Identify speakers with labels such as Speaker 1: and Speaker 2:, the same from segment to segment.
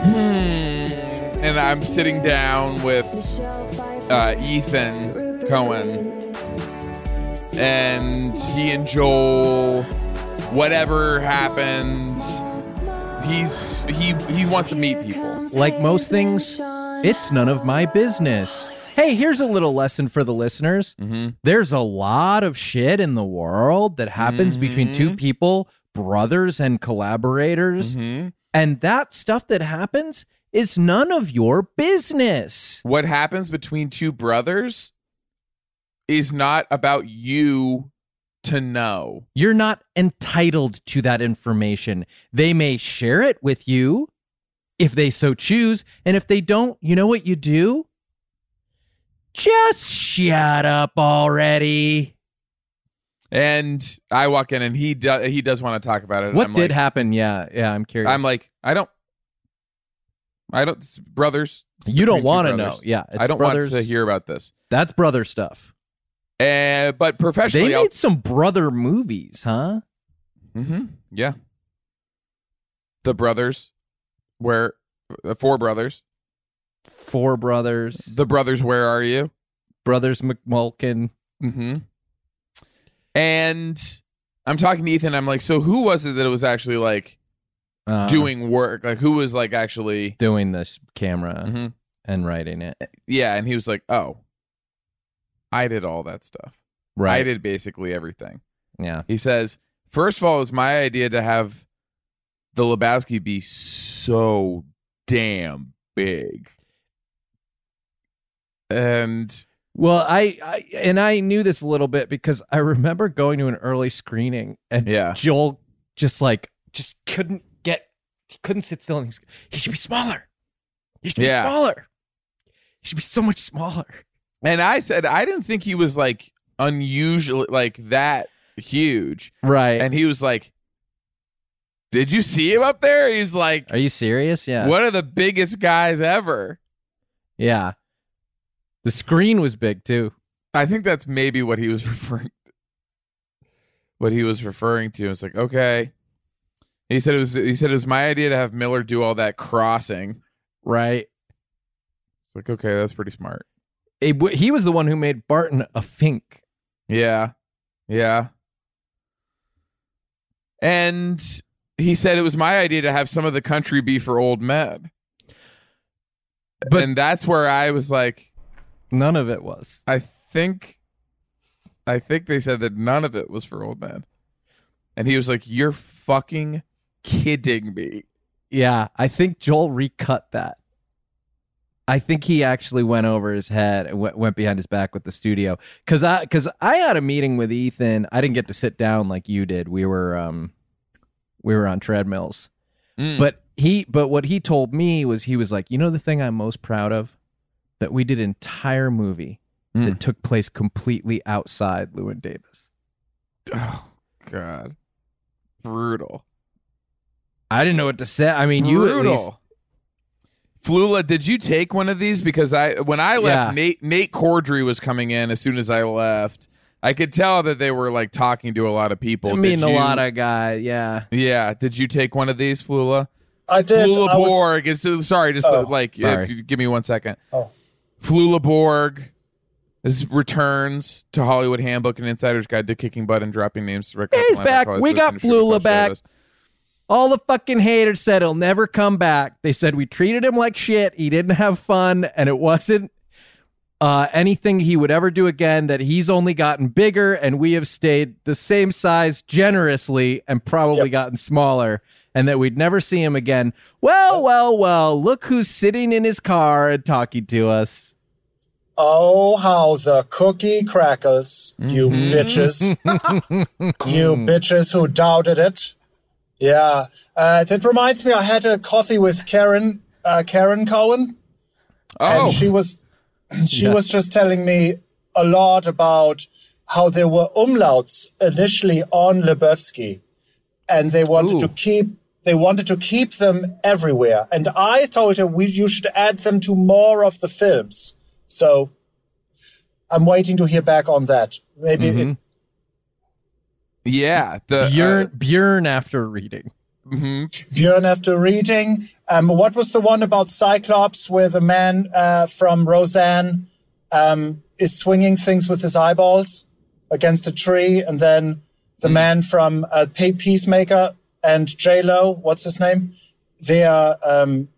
Speaker 1: Mm. and I'm sitting down with uh, Ethan Cohen, and he and Joel, whatever happens, he's he he wants to meet people.
Speaker 2: Like most things, it's none of my business. Hey, here's a little lesson for the listeners. There's a lot of shit in the world that happens between two people, brothers and collaborators.
Speaker 1: Mhm.
Speaker 2: And that stuff that happens is none of your business.
Speaker 1: What happens between two brothers is not about you to know.
Speaker 2: You're not entitled to that information. They may share it with you if they so choose. And if they don't, you know what you do? Just shut up already.
Speaker 1: And I walk in, and he do, he does want to talk about it. and
Speaker 2: What
Speaker 1: I'm like,
Speaker 2: did happen? Yeah, yeah, I'm curious.
Speaker 1: I'm like, I don't, I don't, it's brothers.
Speaker 2: you
Speaker 1: between
Speaker 2: don't
Speaker 1: two
Speaker 2: want to know.
Speaker 1: brothers.
Speaker 2: Yeah,
Speaker 1: I don't
Speaker 2: brothers.
Speaker 1: want to hear about this.
Speaker 2: That's brother stuff.
Speaker 1: And but
Speaker 2: They
Speaker 1: professionally,
Speaker 2: need
Speaker 1: I'll,
Speaker 2: some brother movies, huh?
Speaker 1: Mhm. yeah, the brothers, where the four brothers,
Speaker 2: Four brothers,
Speaker 1: the brothers, where are you?
Speaker 2: brothers McMulkin.
Speaker 1: Mm-hmm. And I'm talking to Ethan. I'm like, so who was it that was actually like
Speaker 2: Uh,
Speaker 1: doing work? Like who was like actually?
Speaker 2: doing this camera
Speaker 1: Mhm.
Speaker 2: and writing it.
Speaker 1: Yeah, and he was like, oh, I did all that stuff. I
Speaker 2: Right.
Speaker 1: did basically everything.
Speaker 2: Yeah.
Speaker 1: He says, first of all, it was my idea to have the Lebowski be so damn big. And
Speaker 2: Well, I, I and I knew this a little bit because I remember going to an early screening and
Speaker 1: yeah.
Speaker 2: Joel just like just couldn't get he couldn't sit still and he was he should be smaller. He should be
Speaker 1: Yeah.
Speaker 2: smaller. He should be so much smaller.
Speaker 1: And I said, I didn't think he was like unusually like that huge.
Speaker 2: Right.
Speaker 1: And he was like, Did you see him up there? He's like,
Speaker 2: Are you serious? Yeah.
Speaker 1: One of the biggest guys ever.
Speaker 2: Yeah. The screen was big too.
Speaker 1: I think that's maybe what he was referring what he was referring to. It's like, okay. He said it was he said it was my idea to have Miller do all that crossing.
Speaker 2: Right.
Speaker 1: It's like, okay, that's pretty smart.
Speaker 2: It, w- he was the one who made Barton a fink.
Speaker 1: Yeah. Yeah. And he said it was my idea to have some of the country be for old men.
Speaker 2: But-
Speaker 1: and that's where I was like,
Speaker 2: None of it was.
Speaker 1: I think I think they said that none of it was for old man. And he was like, You're fucking kidding me.
Speaker 2: Yeah, I think Joel recut that. I think he actually went over his head and went, went behind his back with the studio because I because I had a meeting with Ethan. I didn't get to sit down like you did. We were um we were on treadmills,
Speaker 1: Mm.
Speaker 2: but he but what he told me was he was like, you know, the thing I'm most proud of that we did an entire movie
Speaker 1: Hmm.
Speaker 2: that took place completely outside Lewin Davis.
Speaker 1: oh God. Brutal.
Speaker 2: I didn't know what to say. I mean, you at least
Speaker 1: Brutal. Flula, did you take one of these? Because I when I left,
Speaker 2: Yeah.
Speaker 1: Nate Nate Cordry was coming in as soon as I left. I could tell that they were like talking to a lot of people.
Speaker 2: I mean
Speaker 1: Did
Speaker 2: a
Speaker 1: you-
Speaker 2: lot of guy. Yeah,
Speaker 1: Yeah. Did you take one of these, Flula?
Speaker 3: I did.
Speaker 1: Flula
Speaker 3: I was,
Speaker 1: Borg is sorry, just
Speaker 3: Oh.
Speaker 1: like
Speaker 2: Sorry.
Speaker 1: If you, give me one second.
Speaker 3: Oh.
Speaker 1: Flula Borg is returns to Hollywood Handbook and Insider's Guide to Kicking Butt and Dropping Names. to Record
Speaker 2: He's
Speaker 1: Atlantic
Speaker 2: back.
Speaker 1: Hollywood
Speaker 2: We got
Speaker 1: Association Distributor
Speaker 2: Flula
Speaker 1: Club
Speaker 2: back.
Speaker 1: Service.
Speaker 2: All the fucking haters said he'll never come back. They said we treated him like shit. He didn't have fun, and it wasn't uh, anything he would ever do again. That he's only gotten bigger, and we have stayed the same size generously, and probably
Speaker 3: Yep.
Speaker 2: gotten smaller, and that we'd never see him again. Well, well, well. Look who's sitting in his car and talking to us.
Speaker 3: oh, how the cookie crackles, you bitches. you bitches who doubted it. Yeah. Uh, that reminds me, I had a coffee with Karen, uh, Karen Cohen,
Speaker 1: Oh,
Speaker 3: and she was, she
Speaker 2: Yeah.
Speaker 3: was just telling me a lot about how there were umlauts initially on Lebowski, and they wanted
Speaker 1: Ooh.
Speaker 3: to keep. They wanted to keep them everywhere, and I told her we you should add them to more of the films. So I'm waiting to hear back on that.
Speaker 1: Mm-hmm.
Speaker 3: Maybe it-
Speaker 1: yeah. The uh,
Speaker 2: Bjorn, Bjorn, after reading.
Speaker 1: hmm
Speaker 3: Björn after reading. Um, what was the one about Cyclops where the man uh, from Roseanne um, is swinging things with his eyeballs against a tree? And then the
Speaker 1: Hmm.
Speaker 3: man from uh, Pe- Peacemaker and J-Lo, what's his name? They are, um,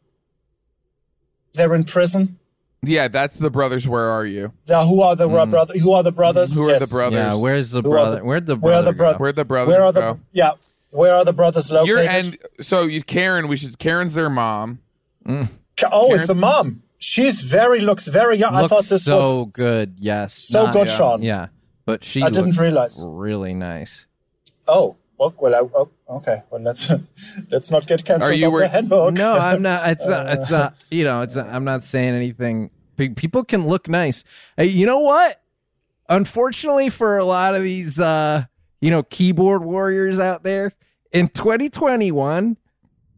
Speaker 3: they're in prison.
Speaker 1: Yeah, that's the brothers. Where are you?
Speaker 3: Now, who are the bro- brother? Who are the brothers?
Speaker 1: Hmm. Who are
Speaker 3: Yes.
Speaker 1: the brothers?
Speaker 2: Yeah, where's the
Speaker 3: are
Speaker 2: brother?
Speaker 3: the-
Speaker 2: Where'd the
Speaker 3: where are
Speaker 2: brother?
Speaker 3: the brother?
Speaker 1: Where'd the brothers
Speaker 3: Where are the
Speaker 1: go?
Speaker 3: yeah? Where are the brothers located?
Speaker 1: You're and so you Karen. We should Karen's their mom.
Speaker 3: Ca- Oh, it's the mom. She's very looks very young.
Speaker 2: Go?
Speaker 3: I thought this
Speaker 2: so
Speaker 3: was
Speaker 2: good. Yes,
Speaker 3: so
Speaker 2: Not-
Speaker 3: good,
Speaker 1: yeah.
Speaker 3: Sean.
Speaker 2: Yeah, but she
Speaker 3: I didn't
Speaker 2: looks
Speaker 3: realize.
Speaker 2: really nice.
Speaker 3: Oh, well, well I, oh, okay. Well, let's let's not get cancelled.
Speaker 1: Are you
Speaker 3: on
Speaker 1: wor-
Speaker 3: the handbook?
Speaker 2: No, I'm not. It's not. It's
Speaker 3: Uh.
Speaker 2: not. You know, it's. Not, I'm not saying anything. Pe- People can look nice. Hey, you know what? Unfortunately, for a lot of these, uh, you know, keyboard warriors out there in 2021,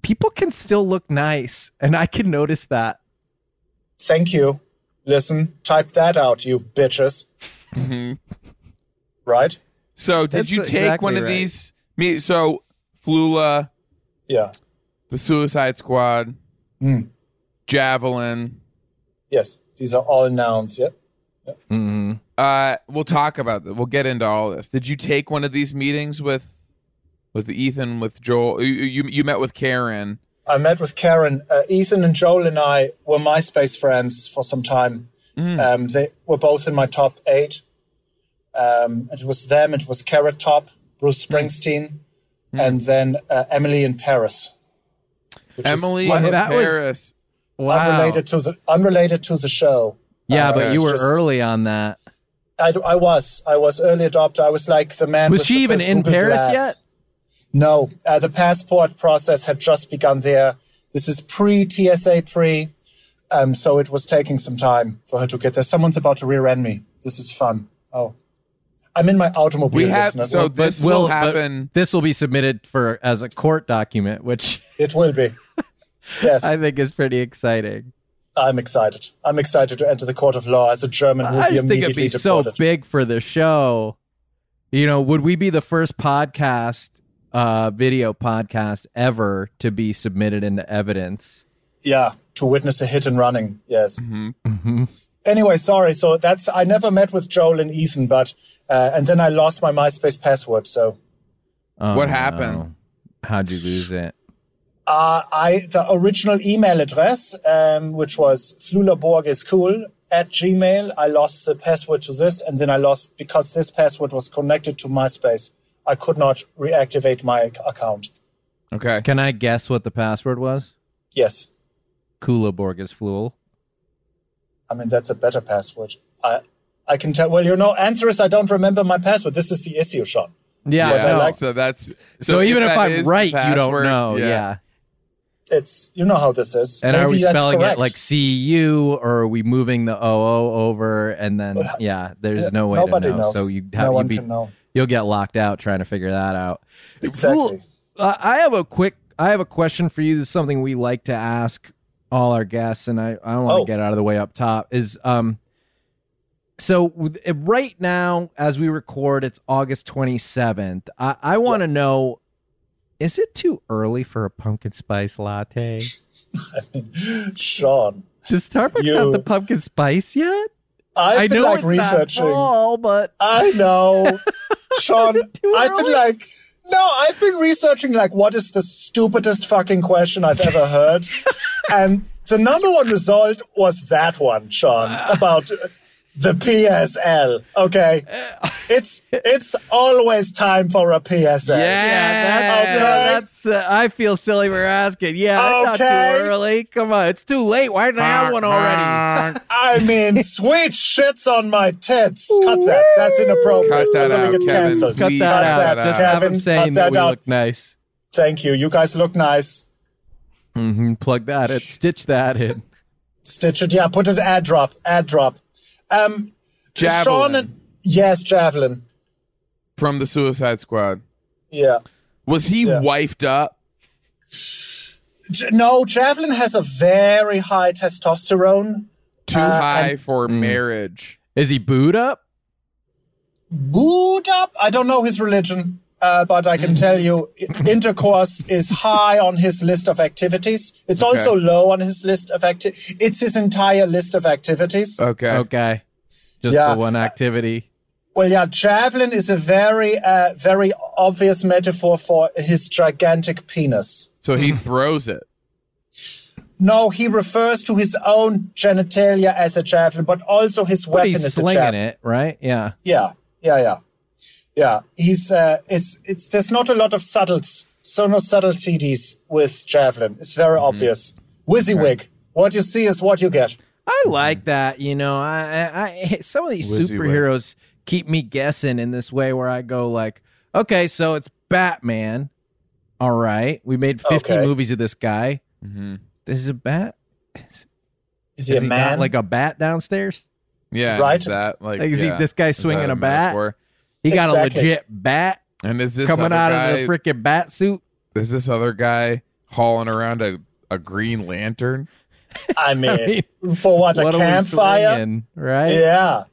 Speaker 2: people can still look nice, and I can notice that.
Speaker 3: Thank you. Listen, type that out, you bitches.
Speaker 1: Mm-hmm.
Speaker 3: Right?
Speaker 1: So did
Speaker 2: That's
Speaker 1: you take one
Speaker 2: exactly
Speaker 1: of
Speaker 2: right.
Speaker 1: these? Me so Flula,
Speaker 3: Yeah.
Speaker 1: the Suicide Squad,
Speaker 2: Hmm.
Speaker 3: Mm.
Speaker 1: Javelin.
Speaker 3: Yes. These are all nouns. Yeah.
Speaker 2: Mm-hmm.
Speaker 1: Uh, we'll talk about that. We'll get into all this. Did you take one of these meetings with with Ethan, with Joel? You you, you met with Karen.
Speaker 3: I met with Karen. Uh, Ethan and Joel and I were MySpace friends for some time.
Speaker 1: Mm.
Speaker 3: Um, they were both in my top eight. Um, it was them, it was Carrot Top, Bruce
Speaker 1: Mm.
Speaker 3: Springsteen, and then uh, Emily in Paris. Which is
Speaker 1: Emily
Speaker 2: Well,
Speaker 1: in
Speaker 2: that was-
Speaker 1: Paris.
Speaker 2: Wow.
Speaker 3: unrelated to the unrelated to the show.
Speaker 2: Yeah, but
Speaker 1: it's
Speaker 2: you were
Speaker 3: just-
Speaker 2: early on that.
Speaker 3: I, I was I was early adopter. I was like the man.
Speaker 2: Was
Speaker 3: with
Speaker 2: she
Speaker 3: the
Speaker 2: even
Speaker 3: first
Speaker 2: in
Speaker 3: Google
Speaker 2: Paris
Speaker 3: Glass.
Speaker 2: yet?
Speaker 3: No, uh, the passport process had just begun there. This is pre TSA pre, um, so it was taking some time for her to get there. Someone's about to rear end me. This is fun. Oh, I'm in my automobile
Speaker 1: We have
Speaker 3: business.
Speaker 1: so this will happen.
Speaker 2: This will be submitted for as a court document, which
Speaker 3: it will be. Yes,
Speaker 2: I
Speaker 3: I'm,
Speaker 2: think is pretty exciting.
Speaker 3: excited. I'm excited to enter the court of law as a German who
Speaker 2: I
Speaker 3: would be
Speaker 2: just think it'd
Speaker 3: immediately
Speaker 2: be so
Speaker 3: deported.
Speaker 2: big for the show. You know, would we be the first podcast, uh, video podcast ever to be submitted into evidence?
Speaker 3: yeah, to witness a hit and running. Yes.
Speaker 1: Mhm.
Speaker 3: Anyway, sorry. So that's I never met with Joel and Ethan, but uh, and then I lost my MySpace password. So
Speaker 2: Oh,
Speaker 1: What
Speaker 2: no.
Speaker 1: happened?
Speaker 2: How'd you lose it?
Speaker 3: uh, I the original email address, um, which was flulaborgiscool at Gmail. I lost the password to this, and then I lost because this password was connected to MySpace. I could not reactivate my ac- account.
Speaker 1: Okay.
Speaker 2: Can I guess what the password was?
Speaker 3: Yes,
Speaker 2: Kula Borges Fluel.
Speaker 3: I mean that's a better password. I I can tell. Well, you know, answer is I don't remember my password. This is the issue, Sean.
Speaker 2: Yeah,
Speaker 3: What I
Speaker 2: no.
Speaker 3: like-
Speaker 1: So that's so,
Speaker 2: so, even if,
Speaker 1: that
Speaker 2: I'm
Speaker 1: is the
Speaker 2: right, you don't
Speaker 1: password,
Speaker 2: know. yeah.
Speaker 3: It's you know how this is.
Speaker 2: And are
Speaker 3: Maybe
Speaker 2: we
Speaker 3: that's
Speaker 2: spelling
Speaker 3: correct.
Speaker 2: it like CU or are we moving the OO over? And then, yeah, there's
Speaker 3: Yeah,
Speaker 2: no way
Speaker 3: nobody
Speaker 2: to know.
Speaker 3: knows.
Speaker 2: So you
Speaker 3: No
Speaker 2: have, you
Speaker 3: one
Speaker 2: be,
Speaker 3: can know.
Speaker 2: you'll get locked out trying to figure that out.
Speaker 3: Exactly.
Speaker 2: Cool. Uh, I have a quick, I have a question for you. This is something we like to ask all our guests, and I, I want to
Speaker 3: Oh.
Speaker 2: get out of the way up top. Is um, so with- uh, right now as we record, it's August 27th. I, I want to know, is it too early for a pumpkin spice latte?
Speaker 3: Sean,
Speaker 2: Does Starbucks have
Speaker 3: You-
Speaker 2: the pumpkin spice yet?
Speaker 3: I've
Speaker 2: I
Speaker 3: been
Speaker 2: know
Speaker 3: like
Speaker 2: it's
Speaker 3: researching.
Speaker 2: not fall, but
Speaker 3: I know. Sean,
Speaker 2: Is it too
Speaker 3: I've
Speaker 2: early?
Speaker 3: been like, no, I've been researching like what is the stupidest fucking question I've ever heard. and the number one result was that one, Sean,
Speaker 2: Ah.
Speaker 3: about the PSL. Okay.
Speaker 2: Eh.
Speaker 3: It's it's always time for a PSL.
Speaker 2: yeah,
Speaker 3: Okay.
Speaker 2: that's, that's uh, I feel silly for asking. Yeah, it's not
Speaker 3: Okay.
Speaker 2: too early. Come on, it's too late. Why didn't I have one already?
Speaker 3: I mean, sweet shits on my tits. Cut that. That's
Speaker 1: Cut
Speaker 3: inappropriate.
Speaker 1: that
Speaker 3: We're gonna
Speaker 1: out,
Speaker 3: get
Speaker 1: Kevin.
Speaker 3: canceled.
Speaker 2: Cut
Speaker 1: Please
Speaker 2: that out.
Speaker 3: that
Speaker 2: Just
Speaker 3: out.
Speaker 2: have him
Speaker 3: Kevin,
Speaker 2: saying
Speaker 3: cut
Speaker 2: that,
Speaker 3: that
Speaker 2: we
Speaker 3: out.
Speaker 2: look nice.
Speaker 3: Thank you. You guys look nice.
Speaker 2: hmm Plug that in. Stitch that in.
Speaker 3: Stitch it. Yeah, put it ad drop. Ad drop. Um,
Speaker 1: Javelin
Speaker 3: Sean and, yes, javelin.
Speaker 1: from the Suicide Squad.
Speaker 3: Yeah.
Speaker 1: Was he
Speaker 3: Yeah.
Speaker 1: wifed up?
Speaker 3: J- no, javelin has a very high testosterone.
Speaker 1: Too
Speaker 3: Uh,
Speaker 1: high for
Speaker 2: Mm.
Speaker 1: marriage.
Speaker 2: Is he booed up?
Speaker 3: Booed up. I don't know his religion. uh, but I can tell you i- intercourse is high on his list of activities. It's
Speaker 1: Okay.
Speaker 3: also low on his list of activities. It's his entire list of activities.
Speaker 1: Okay.
Speaker 2: Okay. Just
Speaker 3: Yeah.
Speaker 2: the one activity.
Speaker 3: Well, yeah, javelin is a very, uh, very obvious metaphor for his gigantic penis.
Speaker 1: So he throws it.
Speaker 3: No, he refers to his own genitalia as a javelin, but also his
Speaker 2: But
Speaker 3: weapon
Speaker 2: he's
Speaker 3: is a javelin.
Speaker 2: slinging it, right? Yeah.
Speaker 3: Yeah, yeah, yeah, yeah. He's uh, it's it's there's not a lot of subtles, so no subtleties with javelin. It's very
Speaker 2: Mm-hmm.
Speaker 3: obvious. WYSIWYG. What you see is what you get.
Speaker 2: I like that. You know, I, I, I some of these
Speaker 1: Wizzy way.
Speaker 2: superheroes keep me guessing in this way where I go like, okay, so it's Batman. All right, we made fifty
Speaker 3: Okay.
Speaker 2: movies of this guy.
Speaker 1: hmm
Speaker 2: This is a bat.
Speaker 3: Is
Speaker 2: Is
Speaker 3: he a
Speaker 2: he got,
Speaker 3: man?
Speaker 2: like a bat downstairs?
Speaker 1: Yeah.
Speaker 3: Right?
Speaker 1: Is that like,
Speaker 2: Like, is he-
Speaker 1: yeah.
Speaker 2: this guy
Speaker 1: Is that
Speaker 2: swinging a bat?
Speaker 1: metaphor?
Speaker 2: He got
Speaker 3: Exactly.
Speaker 2: a legit bat
Speaker 1: And is this
Speaker 2: coming
Speaker 1: other
Speaker 2: out
Speaker 1: guy,
Speaker 2: of the freaking bat suit.
Speaker 1: Is this other guy hauling around a, a green lantern?
Speaker 3: I mean,
Speaker 2: I
Speaker 3: for what,
Speaker 2: what
Speaker 3: a
Speaker 2: are we
Speaker 3: campfire?
Speaker 2: swinging, right?
Speaker 3: Yeah.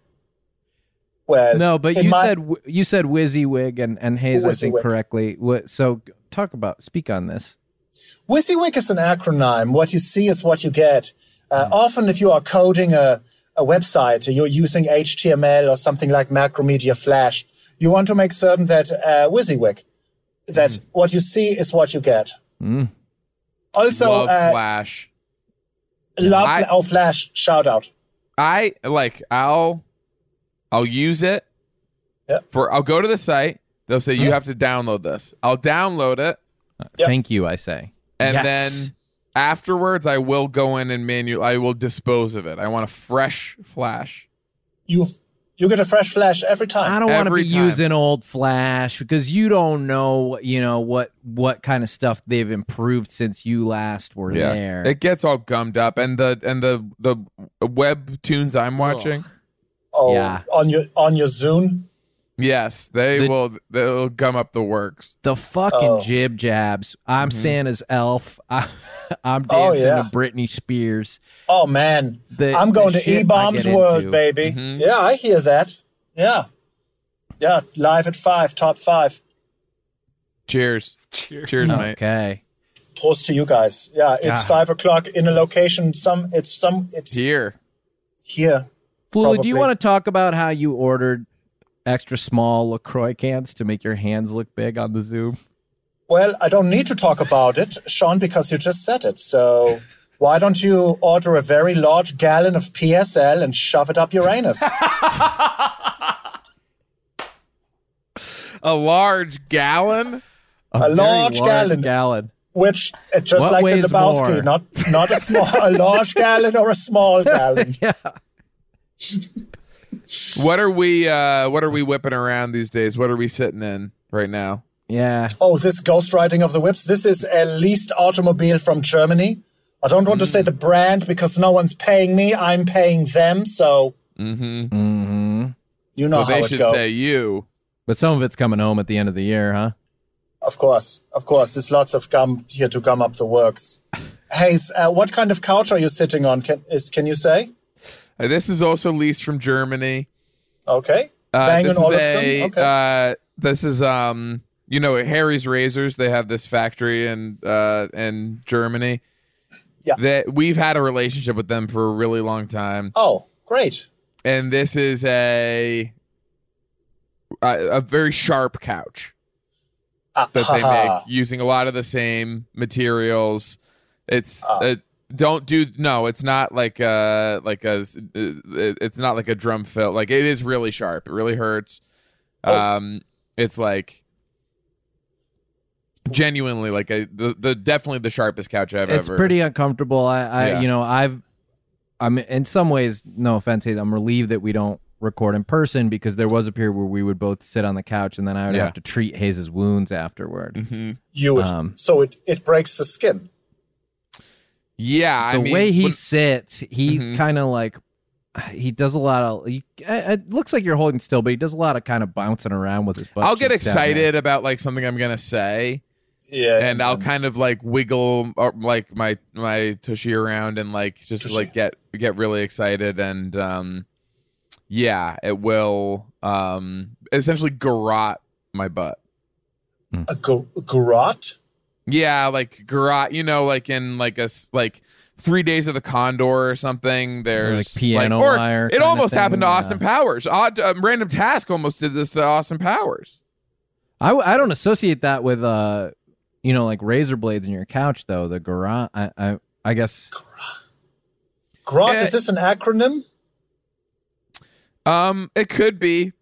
Speaker 3: Well,
Speaker 2: No, but
Speaker 3: in
Speaker 2: you
Speaker 3: my-
Speaker 2: said said you said WYSIWYG and and Hayes, I think
Speaker 3: WYSIWYG.
Speaker 2: correctly. What- So talk about speak on this.
Speaker 3: WYSIWYG is an acronym. What you see is what you get.
Speaker 2: Hmm.
Speaker 3: Uh, Often, if you are coding a, a website, you're using HTML or something like Macromedia Flash. You want to make certain that uh, WYSIWYG, that
Speaker 2: Hmm.
Speaker 3: what you see is what you get.
Speaker 2: Mm.
Speaker 3: Also,
Speaker 1: Love
Speaker 3: uh,
Speaker 1: Flash.
Speaker 3: love
Speaker 1: I-
Speaker 3: oh, Flash shout out.
Speaker 1: I like I'll I'll use it
Speaker 3: Yeah.
Speaker 1: for I'll go to the site. They'll say
Speaker 3: Mm-hmm.
Speaker 1: you have to download this. I'll download it
Speaker 3: Yep.
Speaker 2: Thank you, I say.
Speaker 1: and
Speaker 2: Yes.
Speaker 1: then afterwards I will go in and manual I will dispose of it. I want a fresh flash.
Speaker 3: You you get a fresh Flash every time.
Speaker 2: I don't want to
Speaker 1: Every
Speaker 2: be
Speaker 1: time.
Speaker 2: using old Flash because you don't know, you know what what kind of stuff they've improved since you last were there.
Speaker 1: It gets all gummed up and the and the the web tunes I'm watching.
Speaker 3: oh,
Speaker 2: yeah.
Speaker 3: on your on your Zune.
Speaker 1: Yes, they
Speaker 2: The-
Speaker 1: will they'll gum up the works.
Speaker 2: the fucking
Speaker 3: Oh.
Speaker 2: jib jabs. I'm
Speaker 1: Mm-hmm.
Speaker 2: Santa's elf. I, am
Speaker 3: Oh,
Speaker 2: dancing
Speaker 3: yeah.
Speaker 2: to Britney Spears.
Speaker 3: Oh man,
Speaker 2: The- the
Speaker 3: I'm going to
Speaker 2: shit I
Speaker 3: E Bombs
Speaker 2: get
Speaker 3: World,
Speaker 2: into.
Speaker 3: baby.
Speaker 1: Mhm.
Speaker 3: Yeah, I hear that. Yeah, yeah. Live at five, top five.
Speaker 1: Cheers. Cheers, mate.
Speaker 2: Okay.
Speaker 3: Prost to you guys. Yeah, it's
Speaker 2: God.
Speaker 3: five o'clock in a location. Some, it's some, it's
Speaker 1: Here.
Speaker 3: here.
Speaker 2: Flu, do you
Speaker 3: Probably.
Speaker 2: want to talk about how you ordered extra small LaCroix cans to make your hands look big on the Zoom?
Speaker 3: Well, I don't need to talk about it, Sean, because you just said it. So why don't you order a very large gallon of PSL and shove it up your anus?
Speaker 1: A large gallon?
Speaker 2: A, very
Speaker 3: large gallon.
Speaker 2: gallon.
Speaker 3: Which, uh, just
Speaker 2: What
Speaker 3: like
Speaker 2: weighs
Speaker 3: the Lebowski,
Speaker 2: more?
Speaker 3: not not a small, a large gallon or a small gallon.
Speaker 2: Yeah.
Speaker 1: What are we uh what are we whipping around these days? What are we sitting in right now?
Speaker 2: Yeah.
Speaker 3: Oh, this ghostwriting of the whips. This is a leased automobile from Germany. I don't want to say the
Speaker 1: Hmm.
Speaker 3: brand because no one's paying me. I'm paying them. So
Speaker 1: Mm-hmm.
Speaker 2: hmm
Speaker 3: you know
Speaker 1: Well,
Speaker 3: how
Speaker 1: they
Speaker 3: it
Speaker 1: should
Speaker 3: goes.
Speaker 1: say you.
Speaker 2: But some of it's coming home at the end of the year, huh?
Speaker 3: Of course. Of course. There's lots of gum here to gum up the works. Hayes, uh, what kind of couch are you sitting on? Can, is, can you say?
Speaker 1: Uh, This is also leased from Germany.
Speaker 3: Okay.
Speaker 1: Uh,
Speaker 3: Bang
Speaker 1: this
Speaker 3: and
Speaker 1: is
Speaker 3: Olufsen.
Speaker 1: a,
Speaker 3: okay.
Speaker 1: uh, this is um you know at Harry's Razors. They have this factory in uh in Germany.
Speaker 3: Yeah.
Speaker 1: That we've had a relationship with them for a really long time,
Speaker 3: oh, great.
Speaker 1: and this is a a, a very sharp couch.
Speaker 3: Ah,
Speaker 1: that they
Speaker 3: haha.
Speaker 1: make using a lot of the same materials. It's
Speaker 3: Ah.
Speaker 1: uh, don't do no. It's not like uh like a s- uh, it's not like a drum fill. Like it is really sharp. It really hurts.
Speaker 3: Oh.
Speaker 1: Um, it's like genuinely like a the, the definitely the sharpest couch I've
Speaker 2: it's
Speaker 1: ever.
Speaker 2: pretty uncomfortable. I, I
Speaker 1: Yeah.
Speaker 2: you know, I've, I'm in some ways, no offense, Hayes, I'm relieved that we don't record in person because there was a period where we would both sit on the couch and then I would
Speaker 1: Yeah.
Speaker 2: have to treat Hayes's wounds afterward.
Speaker 1: Mhm.
Speaker 3: You would,
Speaker 2: Um,
Speaker 3: so it, it breaks the skin.
Speaker 1: Yeah,
Speaker 2: the
Speaker 1: I mean,
Speaker 2: way he
Speaker 1: when-
Speaker 2: sits, he
Speaker 1: Mhm.
Speaker 2: kind of like he does a lot of. He, uh, it looks like you're holding still, but he does a lot of kind of bouncing around with his butt.
Speaker 1: I'll get
Speaker 2: cheeks down there.
Speaker 1: excited about like something I'm gonna say,
Speaker 3: Yeah.
Speaker 1: and I'll kind of like wiggle or, like my my tushy around and like just
Speaker 3: Tushy.
Speaker 1: like get get really excited and um yeah it will um essentially garrot my butt
Speaker 3: a gu- garrote.
Speaker 1: Yeah, like garage, you know, like in like a s- like Three Days of the Condor or something. There's
Speaker 2: Piano
Speaker 1: or
Speaker 2: Wire
Speaker 1: It
Speaker 2: kinda
Speaker 1: almost
Speaker 2: thing,
Speaker 1: happened to
Speaker 2: yeah.
Speaker 1: Austin Powers. Odd, um, Random Task almost did this to Austin Powers.
Speaker 2: I, I don't associate that with uh you know like razor blades in your couch though the garage I, I I guess
Speaker 3: Garrote,
Speaker 1: Yeah.
Speaker 3: is this an acronym?
Speaker 1: Um, it could be.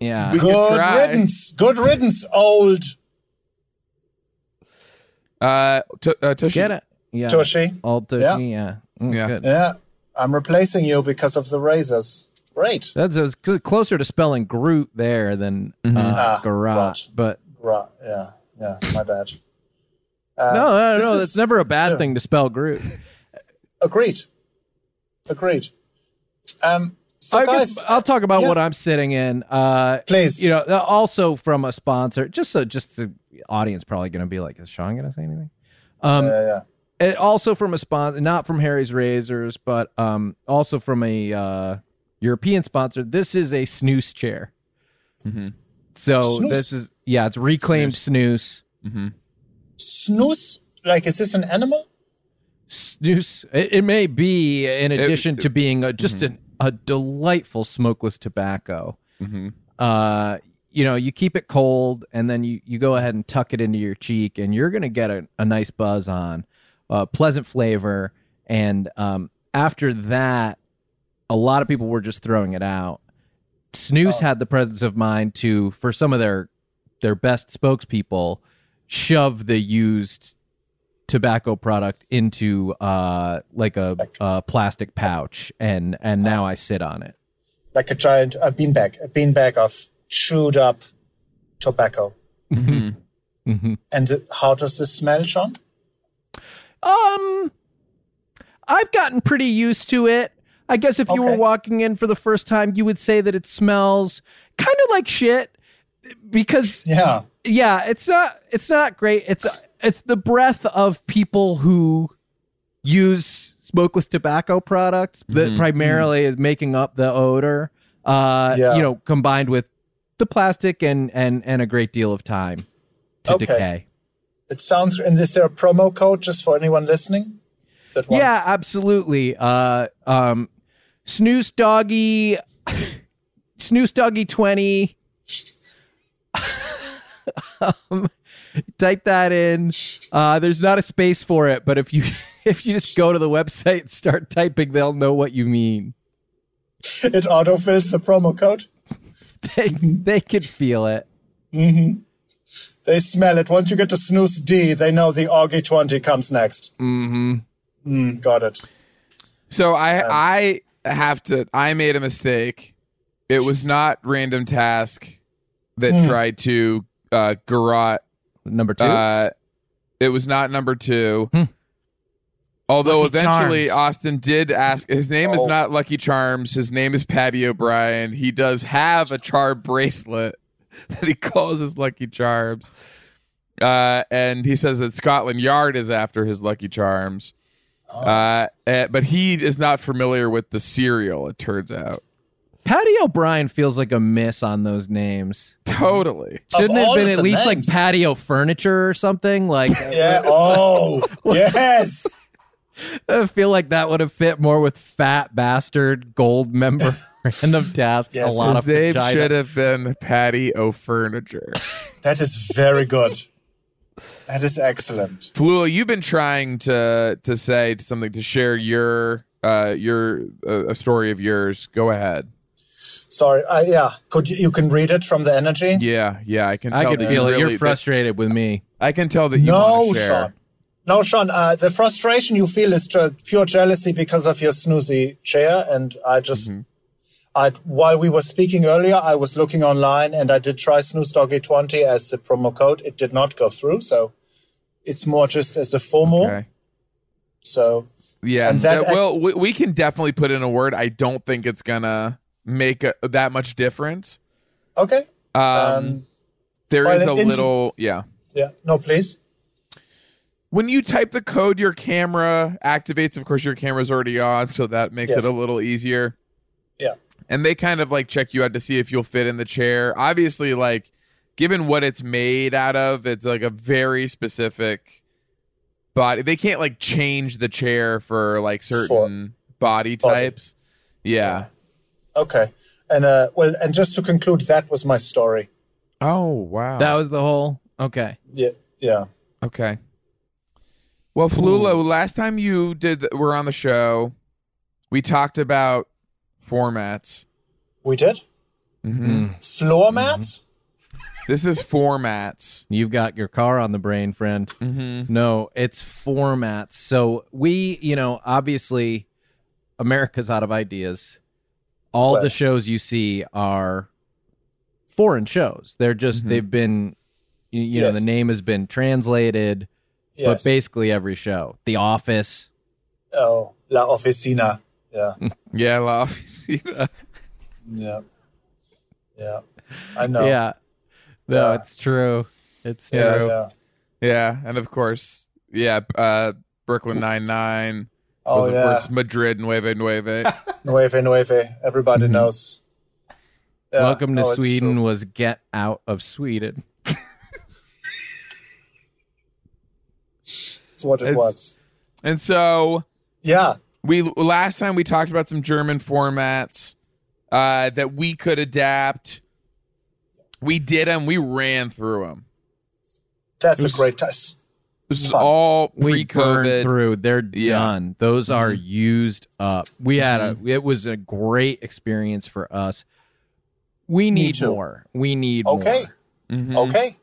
Speaker 2: yeah
Speaker 1: We could
Speaker 3: Good
Speaker 1: try.
Speaker 3: riddance. Good riddance, old
Speaker 1: Uh, t- uh Tushy.
Speaker 2: get it yeah
Speaker 3: Tushy.
Speaker 2: all tushy
Speaker 3: Yeah.
Speaker 2: yeah, Mm,
Speaker 1: Yeah.
Speaker 2: Good.
Speaker 3: Yeah, I'm replacing you because of the razors. Great.
Speaker 2: that's it's cl- closer to spelling Groot there than
Speaker 1: Mhm.
Speaker 2: uh,
Speaker 3: Ah,
Speaker 2: garage
Speaker 3: Groot.
Speaker 2: but
Speaker 3: Right. Yeah. Yeah. My bad. Uh,
Speaker 2: no no
Speaker 3: this
Speaker 2: no
Speaker 3: is-
Speaker 2: it's never a bad
Speaker 3: yeah.
Speaker 2: thing to spell Groot
Speaker 3: Agreed. Agreed. Um. So
Speaker 2: I
Speaker 3: guys,
Speaker 2: guess I'll talk about
Speaker 3: yeah.
Speaker 2: what I'm sitting in uh
Speaker 3: please.
Speaker 2: you know uh, also from a sponsor just so just the audience probably gonna be like is Sean gonna say anything um
Speaker 3: yeah, uh, yeah.
Speaker 2: it also from a sponsor, not from Harry's Razors, but um, also from a uh, European sponsor. This is a snooze chair.
Speaker 1: Mm-hmm.
Speaker 2: So
Speaker 3: Snooze?
Speaker 2: this is yeah, it's reclaimed snooze.
Speaker 1: Mm-hmm.
Speaker 3: Snooze. Like, is this an animal?
Speaker 2: Snooze. It, it may be in addition to being a, just
Speaker 1: mhm.
Speaker 2: an, a delightful smokeless tobacco.
Speaker 1: Mm-hmm.
Speaker 2: Uh, you know, you keep it cold, and then you you go ahead and tuck it into your cheek, and you're gonna get a, a nice buzz on, uh, pleasant flavor, and um, after that, a lot of people were just throwing it out. Snooze
Speaker 3: Oh.
Speaker 2: had the presence of mind to, for some of their their best spokespeople, shove the used tobacco product into uh like a, a plastic pouch and and now i sit on it
Speaker 3: Like a giant a beanbag, a beanbag of chewed up tobacco.
Speaker 2: mm-hmm.
Speaker 3: And th- how does this smell, Sean?
Speaker 2: Um, I've gotten pretty used to it. I guess if you were
Speaker 3: Okay.
Speaker 2: walking in for the first time, you would say that it smells kind of like shit because
Speaker 3: Yeah.
Speaker 2: yeah, it's not it's not great. It's it's the breath of people who use smokeless tobacco products that
Speaker 1: Mhm.
Speaker 2: primarily is making up the odor. Uh,
Speaker 3: Yeah.
Speaker 2: you know, combined with the plastic and and and a great deal of time to
Speaker 3: Okay.
Speaker 2: decay.
Speaker 3: It sounds. And is there a promo code just for anyone listening? That wants-
Speaker 2: Yeah, absolutely. Uh, um, Snooze Doggy, Snooze Doggy 20. um, type that in. Uh, there's not a space for it, but if you if you just go to the website and start typing, they'll know what you mean.
Speaker 3: It autofills the promo code.
Speaker 2: They they could feel it.
Speaker 3: hmm They smell it. Once you get to snooze D, they know the Augie 20 comes next.
Speaker 2: Mm-hmm.
Speaker 3: Mm, got it.
Speaker 1: So I I have to I made a mistake. It was not random task that
Speaker 3: Hmm.
Speaker 1: tried to uh garrot
Speaker 2: Number two.
Speaker 1: uh it was not number 2.
Speaker 2: Hmm.
Speaker 1: Although
Speaker 4: Lucky
Speaker 1: eventually
Speaker 4: Charms.
Speaker 1: Austin did ask his name is
Speaker 3: Oh.
Speaker 1: not Lucky Charms, his name is Patty O'Brien. He does have a char bracelet that he calls his Lucky Charms. Uh, and he says that Scotland Yard is after his Lucky Charms.
Speaker 2: Oh.
Speaker 1: Uh, eh, but he is not familiar with the cereal, it turns out.
Speaker 2: Patty O'Brien feels like a miss on those names.
Speaker 1: Totally.
Speaker 2: Shouldn't it have
Speaker 3: all
Speaker 2: been
Speaker 3: of
Speaker 2: at
Speaker 3: the
Speaker 2: least like
Speaker 3: names.
Speaker 2: patio furniture or something? Like
Speaker 3: Yeah. Oh, yes.
Speaker 2: I feel like that would have fit more with fat bastard gold member random task.
Speaker 3: Yes.
Speaker 2: A lot of
Speaker 1: His name
Speaker 2: vagina.
Speaker 1: should have been Patty O'Furniture.
Speaker 3: That is very good. That is excellent.
Speaker 1: Flula, you've been trying to to say something to share your uh your uh, a story of yours. Go ahead.
Speaker 3: Sorry. Uh, yeah. Could you, you can read it from the energy?
Speaker 1: Yeah, yeah, I can.
Speaker 2: I
Speaker 1: tell
Speaker 2: could
Speaker 1: that
Speaker 2: feel
Speaker 1: you
Speaker 2: it.
Speaker 1: really-
Speaker 2: You're frustrated with me.
Speaker 1: that- I can tell that you
Speaker 3: no,
Speaker 1: want to share.
Speaker 3: Sean. No, Sean. Uh, the frustration you feel is ju- pure jealousy because of your snoozy chair, and I just.
Speaker 1: Mm-hmm.
Speaker 3: I, while we were speaking earlier, I was looking online and I did try Snooze Doggy 20 as the promo code. It did not go through, so it's more just as a formal.
Speaker 1: Okay.
Speaker 3: So
Speaker 1: Yeah.
Speaker 3: And that-
Speaker 1: that- well, we, we can definitely put in a word. I don't think it's gonna make a, that much difference.
Speaker 3: okay,
Speaker 1: Um,
Speaker 3: um,
Speaker 1: there
Speaker 3: well,
Speaker 1: is a
Speaker 3: it's-
Speaker 1: little. Yeah.
Speaker 3: yeah, no, please.
Speaker 1: When you type the code, your camera activates. Of course, your camera's already on, so that makes
Speaker 3: Yes.
Speaker 1: it a little easier.
Speaker 3: Yeah.
Speaker 1: and they kind of like check you out to see if you'll fit in the chair. Obviously, like given what it's made out of, it's like a very specific body. They can't like change the chair for like certain body
Speaker 3: Body.
Speaker 1: types. Yeah.
Speaker 3: Okay. And uh, well, and just to conclude, that was my story.
Speaker 1: Oh wow.
Speaker 2: That was the whole. Okay.
Speaker 3: Yeah, yeah.
Speaker 1: okay. Well, Flula, last time you did were on the show, we talked about formats.
Speaker 3: We did
Speaker 2: Mm.
Speaker 1: hmm
Speaker 3: floor mats.
Speaker 1: Mm-hmm. this is formats.
Speaker 2: You've got your car on the brain, friend.
Speaker 1: Mm-hmm.
Speaker 2: No, it's formats. So we, you know, obviously America's out of ideas. All the
Speaker 3: Right.
Speaker 2: shows you see are foreign shows. They're just
Speaker 1: Mhm.
Speaker 2: they've been you, you know,
Speaker 3: Yes.
Speaker 2: the name has been translated,
Speaker 3: Yes.
Speaker 2: but basically every show. The Office.
Speaker 3: oh, la officina. Yeah,
Speaker 1: Yeah, La Oficina.
Speaker 3: yeah, yeah. I know.
Speaker 2: Yeah. No,
Speaker 3: Yeah.
Speaker 2: it's true. It's true.
Speaker 1: Yeah,
Speaker 3: yeah.
Speaker 1: that's-
Speaker 3: yeah.
Speaker 1: Yeah, and of course, yeah, uh, Brooklyn Nine Nine
Speaker 3: Oh
Speaker 1: was of
Speaker 3: yeah.
Speaker 1: course Madrid Nueve Nueve.
Speaker 3: Nueve, nueve. Everybody
Speaker 2: Mhm.
Speaker 3: knows. Yeah.
Speaker 2: Welcome to
Speaker 3: No, it's
Speaker 2: Sweden
Speaker 3: true.
Speaker 2: was get out of Sweden.
Speaker 3: It's what it
Speaker 1: It's-
Speaker 3: was.
Speaker 1: and so
Speaker 3: Yeah.
Speaker 1: we last time we talked about some German formats uh, that we could adapt. We did them. We ran through them.
Speaker 3: That's
Speaker 1: It was-
Speaker 3: a great test.
Speaker 1: This is
Speaker 3: Fun.
Speaker 1: all
Speaker 2: We burned
Speaker 1: pre-COVID.
Speaker 2: through. They're
Speaker 1: Yeah.
Speaker 2: done. Those are
Speaker 3: Mm-hmm.
Speaker 2: used up. We had a. It was a great experience for us. We
Speaker 3: Me
Speaker 2: need
Speaker 3: too.
Speaker 2: more. We need
Speaker 3: Okay.
Speaker 2: more. Mm-hmm.
Speaker 1: Mhm.
Speaker 3: Okay.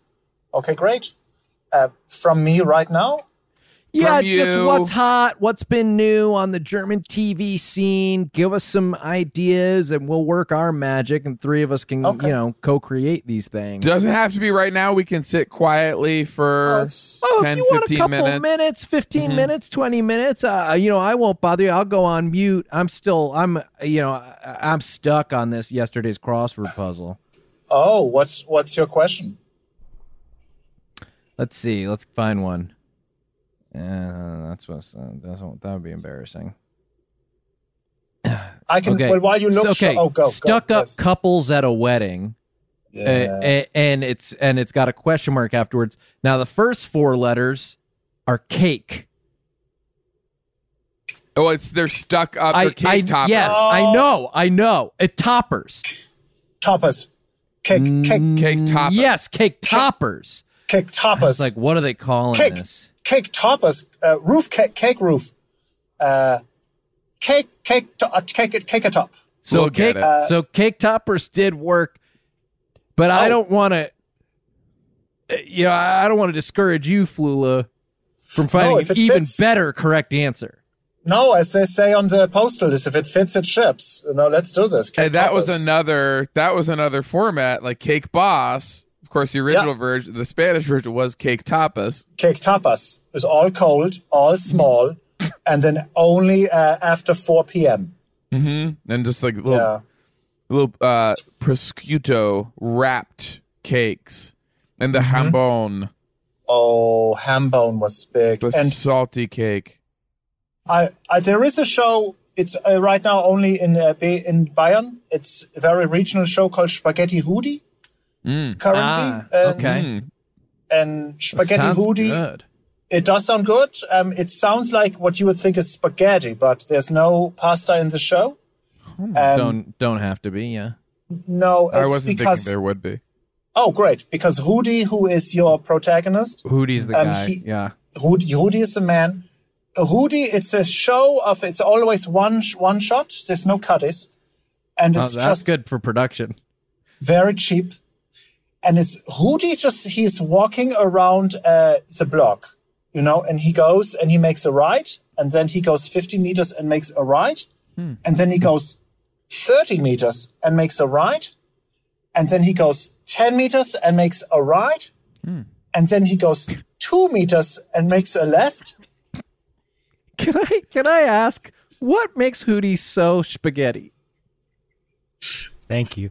Speaker 3: Okay, great. Uh, from me right now?
Speaker 2: Yeah,
Speaker 1: From
Speaker 2: just
Speaker 1: you.
Speaker 2: what's hot, what's been new on the German TV scene. Give us some ideas, and we'll work our magic, and three of us can,
Speaker 3: Okay.
Speaker 2: you know, co-create these things.
Speaker 1: Doesn't have to be right now. We can sit quietly for
Speaker 3: That's-
Speaker 2: Oh,
Speaker 1: 10,
Speaker 2: if you want a
Speaker 1: 15
Speaker 2: couple
Speaker 1: minutes. Mm-hmm.
Speaker 2: minutes, 15 minutes, 20 minutes, uh, you know, I won't bother you. I'll go on mute. I'm still, I'm, uh, you know, I- I'm stuck on this yesterday's crossword puzzle.
Speaker 3: Oh, what's what's your question?
Speaker 2: Let's see. Let's find one. Uh, that's what's, uh, that's what, that would be embarrassing.
Speaker 3: I can.
Speaker 2: Okay.
Speaker 3: Well, while you look,
Speaker 2: So, okay.
Speaker 3: sure- oh, go go,
Speaker 2: Stuck up
Speaker 3: yes.
Speaker 2: couples at a wedding.
Speaker 3: Yeah.
Speaker 2: uh, a- and it's, and it's got a question mark afterwards. Now the first four letters are cake.
Speaker 1: Oh, it's they're stuck up.
Speaker 2: I,
Speaker 1: their cake
Speaker 2: I,
Speaker 1: toppers.
Speaker 2: yes, I
Speaker 3: Oh.
Speaker 2: know. I know. It toppers.
Speaker 3: toppers, cake, cake,
Speaker 1: Cake toppers.
Speaker 2: Mm, Yes, cake toppers.
Speaker 3: cake
Speaker 2: It's
Speaker 3: toppers,
Speaker 2: like, what are they calling
Speaker 3: Cake.
Speaker 2: this?
Speaker 3: cake toppers, uh, roof cake, cake roof, uh, cake, cake, to, uh, cake, cake a top.
Speaker 2: So
Speaker 1: We'll get
Speaker 2: cake,
Speaker 1: it.
Speaker 2: so cake toppers did work, but I
Speaker 3: Uh, Oh.
Speaker 2: don't want to. You know, I I don't want to discourage you, Flula, from finding
Speaker 3: if
Speaker 2: an
Speaker 3: it
Speaker 2: even
Speaker 3: fits.
Speaker 2: better correct answer.
Speaker 3: No, as they say on the postal list, if it fits, it ships. No, let's do this. Cake
Speaker 1: and that was
Speaker 3: toppers.
Speaker 1: another that was another format like cake boss of course the original version the spanish version was cake tapas
Speaker 3: Cake tapas is all cold, all small, and then only uh, after 4 p.m.
Speaker 1: mm-hmm. and just like little
Speaker 3: Yeah.
Speaker 1: little uh prosciutto wrapped cakes and the
Speaker 3: Mm-hmm.
Speaker 1: jambon
Speaker 3: Oh, ham bone was big.
Speaker 1: the
Speaker 3: and
Speaker 1: salty cake
Speaker 3: I, I there is a show. It's uh, right now only in uh, Ba- in Bayern. It's a very regional show called Spaghetti Hudi. Currently,
Speaker 2: Ah,
Speaker 3: and,
Speaker 2: okay.
Speaker 1: Mm.
Speaker 3: and Spaghetti
Speaker 2: Sounds
Speaker 3: Hudi.
Speaker 2: good.
Speaker 3: It does sound good. Um, it sounds like what you would think is spaghetti, but there's no pasta in the show. Um,
Speaker 2: Hmm, don't don't have to be. Yeah.
Speaker 3: no, it's
Speaker 1: i wasn't
Speaker 3: because
Speaker 1: thinking there would be
Speaker 3: oh, great, because Hudi, who is your protagonist,
Speaker 2: Hoody's the
Speaker 3: um,
Speaker 2: guy.
Speaker 3: he-
Speaker 2: yeah.
Speaker 3: Hudi, Hudi is a man. Hudi, it's a show of it's always one sh- one shot. There's no cutties, and
Speaker 2: Oh,
Speaker 3: it's
Speaker 2: that's
Speaker 3: just
Speaker 2: good for production.
Speaker 3: very cheap. And it's Hudi just, he's walking around uh, the block, you know, and he goes and he makes a right. And then he goes 50 meters and makes a right.
Speaker 2: Hmm.
Speaker 3: And then he goes 30 meters and makes a right. And then he goes 10 meters and makes a right.
Speaker 2: Hmm.
Speaker 3: And then he goes two meters and makes a left.
Speaker 2: Can I can I ask what makes Hootie so spaghetti?
Speaker 4: Thank you.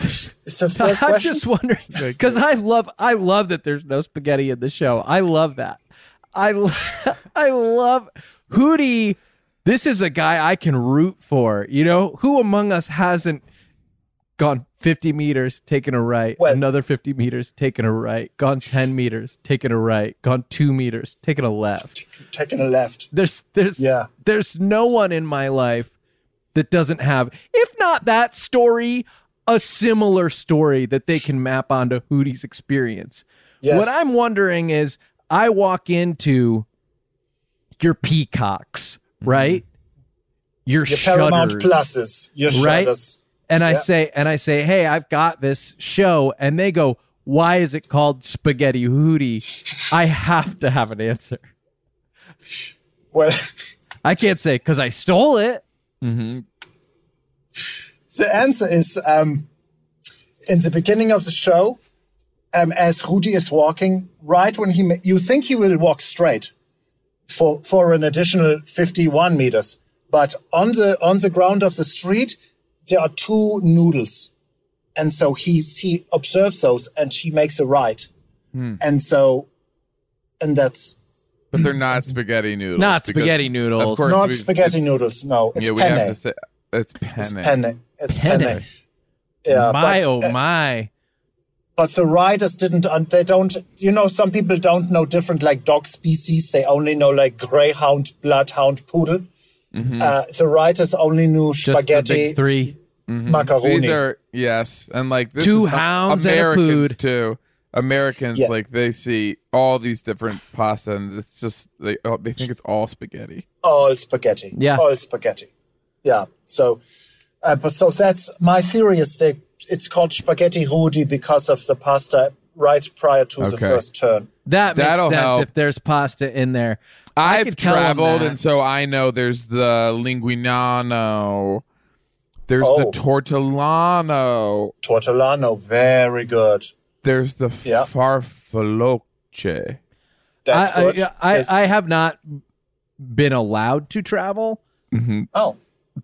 Speaker 3: It's a fair
Speaker 2: I'm
Speaker 3: question.
Speaker 2: just wondering because I love I love that there's no spaghetti in the show. I love that. I lo- I love Hootie. This is a guy I can root for. You know who among us hasn't gone 50 meters, taken a right,
Speaker 3: Well-
Speaker 2: another 50 meters, taken a right, gone 10 meters, taken a right, gone two meters, taken a left.
Speaker 3: Taking a left.
Speaker 2: There's there's
Speaker 3: Yeah.
Speaker 2: there's no one in my life that doesn't have, if not that story, a similar story that they can map onto Hootie's experience.
Speaker 3: Yes.
Speaker 2: What I'm wondering is I walk into your peacocks, right? Your,
Speaker 3: Mm-hmm. your Paramount
Speaker 2: Shudders
Speaker 3: Pluses. Your
Speaker 2: Right?
Speaker 3: shutters.
Speaker 2: and I
Speaker 3: Yeah.
Speaker 2: say and I say, "Hey, I've got this show." And they go, "Why is it called Spaghetti Hootie?" I have to have an answer.
Speaker 3: Well,
Speaker 2: I can't say cuz I stole it.
Speaker 3: the answer is um, in the beginning of the show, um, as Rudi is walking, right when he ma- you think he will walk straight for for an additional fifty-one meters, but on the on the ground of the street there are two noodles, and so he he observes those and he makes a right,
Speaker 2: Hmm.
Speaker 3: and so and that's
Speaker 1: But they're not spaghetti noodles.
Speaker 2: Not
Speaker 1: because-
Speaker 2: spaghetti noodles.
Speaker 1: Of course,
Speaker 3: not
Speaker 1: we-
Speaker 3: spaghetti
Speaker 1: it's-
Speaker 3: noodles. No, it's
Speaker 1: Yeah, we
Speaker 3: penne.
Speaker 1: have to say it's penne.
Speaker 3: it's penne. It's
Speaker 2: Penne.
Speaker 3: penne. Yeah,
Speaker 2: my
Speaker 3: but,
Speaker 2: oh
Speaker 3: uh,
Speaker 2: my.
Speaker 3: but the riders didn't un- they don't you know some people don't know different like dog species they only know like greyhound bloodhound poodle
Speaker 1: Mm-hmm.
Speaker 3: uh, the writers only knew
Speaker 2: Just the
Speaker 3: spaghetti
Speaker 2: big 3.
Speaker 3: macaroni
Speaker 1: Mm-hmm. These are yes, and like this
Speaker 2: Two
Speaker 1: is not-
Speaker 2: hounds and a
Speaker 1: Americans
Speaker 2: pood.
Speaker 1: too. Americans
Speaker 3: Yeah.
Speaker 1: like they see all these different pasta, and it's just they oh, they think it's all spaghetti.
Speaker 3: all spaghetti
Speaker 2: Yeah.
Speaker 3: all spaghetti yeah so uh, but so that's my theory is that it's called spaghetti rudi because of the pasta right prior to the
Speaker 1: Okay.
Speaker 3: first turn
Speaker 2: That makes
Speaker 1: That'll
Speaker 2: sense
Speaker 1: help.
Speaker 2: if there's pasta in there. I
Speaker 1: I've
Speaker 2: could tell 'em
Speaker 1: traveled,
Speaker 2: that.
Speaker 1: and so I know there's the linguinano, there's
Speaker 3: Oh.
Speaker 1: the tortellano,
Speaker 3: tortellano very good
Speaker 1: there's the
Speaker 3: Yeah.
Speaker 1: farfalle.
Speaker 3: that's
Speaker 2: I,
Speaker 3: good
Speaker 2: I, I,
Speaker 3: That's-
Speaker 2: I have not been allowed to travel.
Speaker 3: oh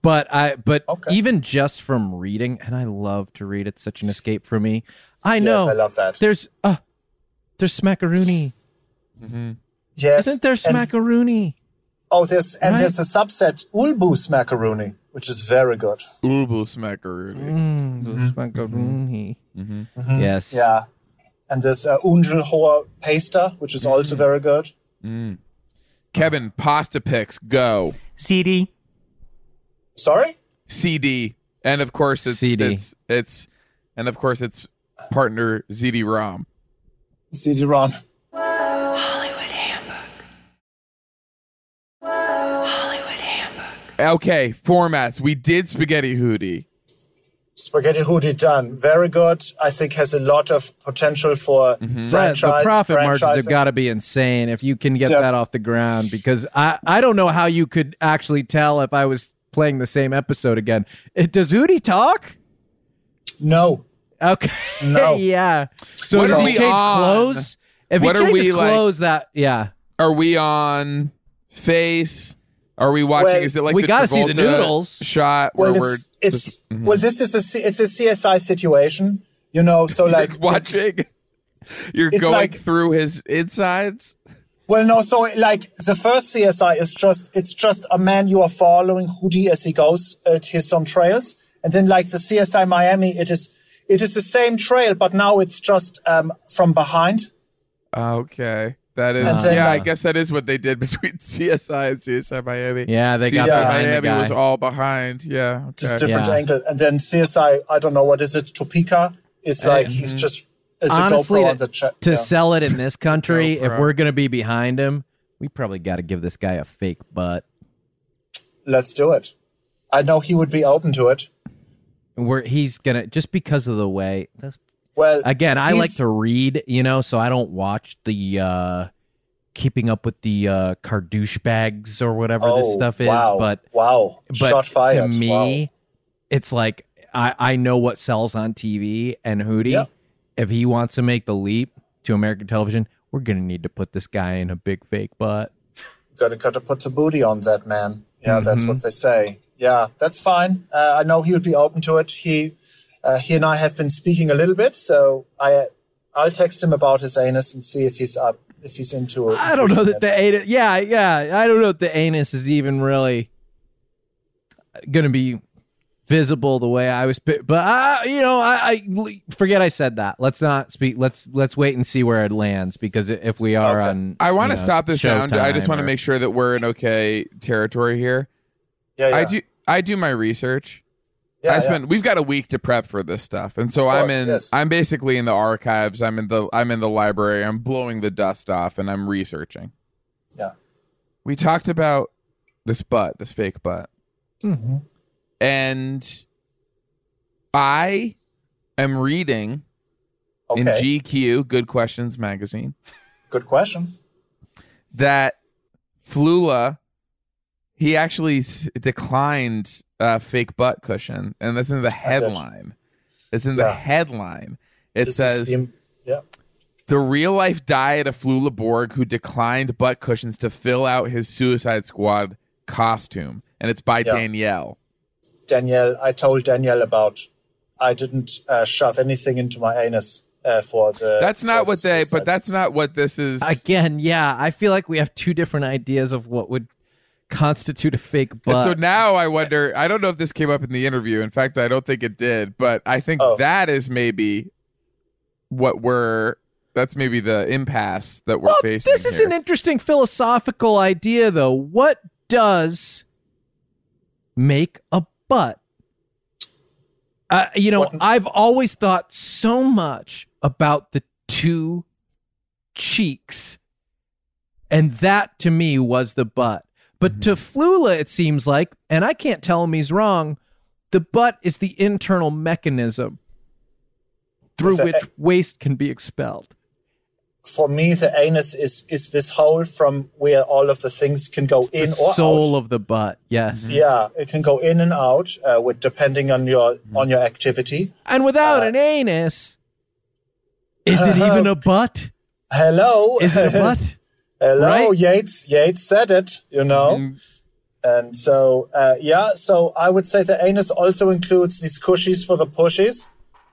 Speaker 2: but I but
Speaker 3: Okay.
Speaker 2: even just from reading, and I love to read. It's such an escape for me. I know.
Speaker 3: yes i love that
Speaker 2: There's uh, there's smackaroonie.
Speaker 3: yes
Speaker 2: Isn't there
Speaker 3: and-
Speaker 2: smackaroonie?
Speaker 3: Oh, there's and
Speaker 2: Right.
Speaker 3: there's a subset Ulbus macaroni, which is very good.
Speaker 1: Ulbus macaroni.
Speaker 2: Mm, there's smackaroonie. Mm-hmm.
Speaker 1: Mm-hmm.
Speaker 2: Yes.
Speaker 3: Mm-hmm. Yeah, and there's uh, Ungelhoer pasta, which is also very good.
Speaker 1: Kevin, pasta picks, go.
Speaker 4: CD.
Speaker 3: Sorry,
Speaker 1: CD, and of course it's
Speaker 2: CD.
Speaker 1: it's it's and of course it's partner ZD ROM.
Speaker 3: CD-ROM.
Speaker 5: Hollywood Handbook. Hollywood Handbook.
Speaker 1: Okay, formats. We did spaghetti hootie.
Speaker 3: Spaghetti Hoodie done very good. I think has a lot of potential for
Speaker 2: Fred, the
Speaker 3: franchise.
Speaker 2: profit margins have
Speaker 3: franchising.
Speaker 2: got to be insane if you can get
Speaker 3: Yeah.
Speaker 2: that off the ground because I, I don't know how you could actually tell if I was playing the same episode again. It, does Udi talk?
Speaker 3: no.
Speaker 2: Okay.
Speaker 3: No.
Speaker 2: yeah. So
Speaker 1: What
Speaker 2: does
Speaker 1: are
Speaker 2: he
Speaker 1: we
Speaker 2: change
Speaker 1: on?
Speaker 2: clothes? If
Speaker 1: What
Speaker 2: he
Speaker 1: are
Speaker 2: changes
Speaker 1: we, like-
Speaker 2: clothes, that yeah.
Speaker 1: Are we on face? Are we watching?
Speaker 3: Well,
Speaker 1: is it like
Speaker 2: we
Speaker 1: the
Speaker 2: gotta see the
Speaker 1: Travolta
Speaker 2: noodles.
Speaker 1: shot
Speaker 3: Well,
Speaker 1: where we're
Speaker 3: it's, it's well, this is a C- it's a CSI situation, you know. So like it's-
Speaker 1: watching? You're
Speaker 3: it's
Speaker 1: going
Speaker 3: like-
Speaker 1: through his insides.
Speaker 3: Well, no. So, like, the first CSI is just it's just a man you are following Hoodie as he goes at his on trails, and then like the CSI Miami, it is it is the same trail, but now it's just um, from behind.
Speaker 1: Okay. That is,
Speaker 3: And then,
Speaker 1: yeah, I
Speaker 3: uh,
Speaker 1: guess that is what they did between CSI and CSI Miami.
Speaker 2: Yeah, they got
Speaker 1: CSI
Speaker 2: behind the
Speaker 1: Miami
Speaker 2: guy.
Speaker 1: was all behind. Yeah.
Speaker 3: Just
Speaker 1: okay.
Speaker 3: different
Speaker 2: Yeah.
Speaker 3: angle, and then CSI I don't know what is it Topeka is like he's just it's
Speaker 2: honestly,
Speaker 3: a GoPro
Speaker 2: to,
Speaker 3: on the cha-
Speaker 2: to
Speaker 3: yeah.
Speaker 2: sell it in this country, if
Speaker 1: GoPro.
Speaker 2: we're gonna be behind him, we probably got to give this guy a fake butt.
Speaker 3: Let's do it. I know he would be open to it.
Speaker 2: Where he's gonna just because of the way. this-
Speaker 3: Well,
Speaker 2: Again, I like
Speaker 3: he's-
Speaker 2: to read, you know, so I don't watch the uh keeping up with the uh Cardouche bags or whatever this
Speaker 3: oh,
Speaker 2: stuff is.
Speaker 3: wow,
Speaker 2: But
Speaker 3: wow,
Speaker 2: but
Speaker 3: shot fired
Speaker 2: to me,
Speaker 3: Wow.
Speaker 2: it's like I I know what sells on TV and Hootie.
Speaker 3: Yeah.
Speaker 2: If he wants to make the leap to American television, we're gonna need to put this guy in a big fake butt.
Speaker 3: gotta gotta put the booty on that man. Yeah, that's
Speaker 1: Mm-hmm.
Speaker 3: what they say. Yeah, that's fine. Uh, I know he would be open to it. He uh, he and I have been speaking a little bit, so I I'll text him about his anus and see if he's up if he's into it.
Speaker 2: I don't know that the anus. Yeah, yeah. I don't know if the anus is even really going to be visible the way I was. pi- But I, you know, I, I forget I said that. Let's not speak. Let's let's wait and see where it lands because i- if we are
Speaker 3: Okay.
Speaker 2: on,
Speaker 1: I want to
Speaker 2: you know,
Speaker 1: stop this down. I just
Speaker 2: Showtime
Speaker 1: want to
Speaker 2: or-
Speaker 1: make sure that we're in okay territory here.
Speaker 3: Yeah, yeah.
Speaker 1: I do. I do my research.
Speaker 3: Yeah,
Speaker 1: I
Speaker 3: yeah.
Speaker 1: spend. We've got a week to prep for this stuff, and so
Speaker 3: Of
Speaker 1: I'm
Speaker 3: course,
Speaker 1: in.
Speaker 3: yes.
Speaker 1: I'm basically in the archives. I'm in the. I'm in the library. I'm blowing the dust off, and I'm researching.
Speaker 3: Yeah.
Speaker 1: We talked about this butt, this fake butt,
Speaker 3: Mm-hmm.
Speaker 1: and I am reading in
Speaker 3: Okay.
Speaker 1: GQ Good Questions magazine
Speaker 3: Good questions.
Speaker 1: that Flula he actually s- declined a fake butt cushion, and that's in the headline. It's in the
Speaker 3: Yeah.
Speaker 1: headline. It
Speaker 3: This is
Speaker 1: says
Speaker 3: the, yeah.
Speaker 1: the real life diet of Flula Borg, who declined butt cushions to fill out his Suicide Squad costume, and it's by
Speaker 3: Yeah.
Speaker 1: Danielle.
Speaker 3: Danielle, I told Danielle about. I didn't uh, shove anything into my anus uh, for the.
Speaker 1: That's
Speaker 3: for
Speaker 1: not
Speaker 3: the
Speaker 1: what they,
Speaker 3: suicide.
Speaker 1: but that's not what this is.
Speaker 2: again. Yeah, I feel like we have two different ideas of what would constitute a fake
Speaker 1: and
Speaker 2: butt.
Speaker 1: so now I wonder. I don't know if this came up in the interview. In fact, I don't think it did. But I think
Speaker 3: Oh.
Speaker 1: that is maybe what we're. That's maybe the impasse that we're
Speaker 2: well,
Speaker 1: facing.
Speaker 2: this is
Speaker 1: here.
Speaker 2: an interesting philosophical idea, though. What does make a butt? Uh, you know,
Speaker 3: What-
Speaker 2: I've always thought so much about the two cheeks, and that to me was the butt. But
Speaker 1: Mm-hmm.
Speaker 2: to Flula, it seems like, and I can't tell him he's wrong, the butt is the internal mechanism through
Speaker 3: It's a-
Speaker 2: which waste can be expelled.
Speaker 3: for me. The anus is is this hole from where all of the things can go in
Speaker 2: the
Speaker 3: or
Speaker 2: soul
Speaker 3: out.
Speaker 2: of the butt. Yes.
Speaker 3: yeah, it can go in and out uh, with depending on your
Speaker 2: Mm.
Speaker 3: on your activity.
Speaker 2: And without
Speaker 3: Uh,
Speaker 2: an anus, is it even a butt?
Speaker 3: Hello,
Speaker 2: Is it a butt?
Speaker 3: Hello,
Speaker 2: Right? Mm-hmm.
Speaker 3: Yates. Yates said it, you know. And so, uh, yeah, so I would say the anus also includes these cushies for the pushies.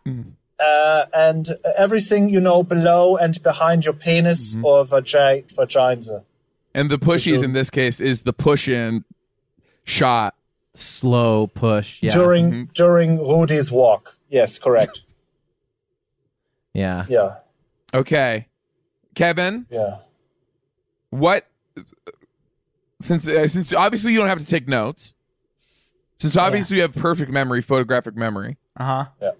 Speaker 2: Mm.
Speaker 3: Uh, and everything, you know, below and behind your penis
Speaker 2: Mm-hmm.
Speaker 3: or vagi- vagina.
Speaker 1: And the pushies
Speaker 3: sure.
Speaker 1: in this case is the push in shot.
Speaker 2: Slow push. Yeah. Mm-hmm.
Speaker 3: During during Rudy's walk. Yes, correct.
Speaker 2: yeah.
Speaker 3: yeah,
Speaker 1: Okay. Kevin,
Speaker 3: yeah.
Speaker 1: what since uh, since obviously you don't have to take notes. Since obviously you have perfect memory, photographic memory.
Speaker 4: Uh huh.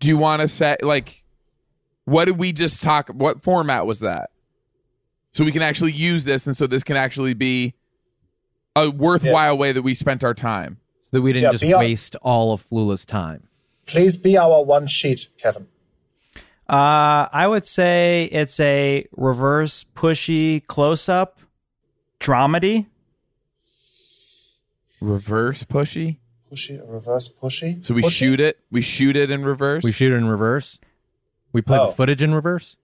Speaker 1: Do you want to say like what did we just talk what format was that? So we can actually use this and so this can actually be a worthwhile way that we spent our time.
Speaker 2: So that we didn't
Speaker 3: Yeah,
Speaker 2: just
Speaker 3: beyond-
Speaker 2: waste all of Flula's time.
Speaker 3: Please be our one sheet, Kevin.
Speaker 4: Uh, I would say it's a reverse pushy close up dramedy.
Speaker 1: Reverse pushy.
Speaker 3: Pushy, reverse pushy.
Speaker 1: So we
Speaker 3: Pushy?
Speaker 1: shoot it. We shoot it in reverse.
Speaker 2: We shoot in reverse. We play
Speaker 3: Oh.
Speaker 2: the footage in reverse.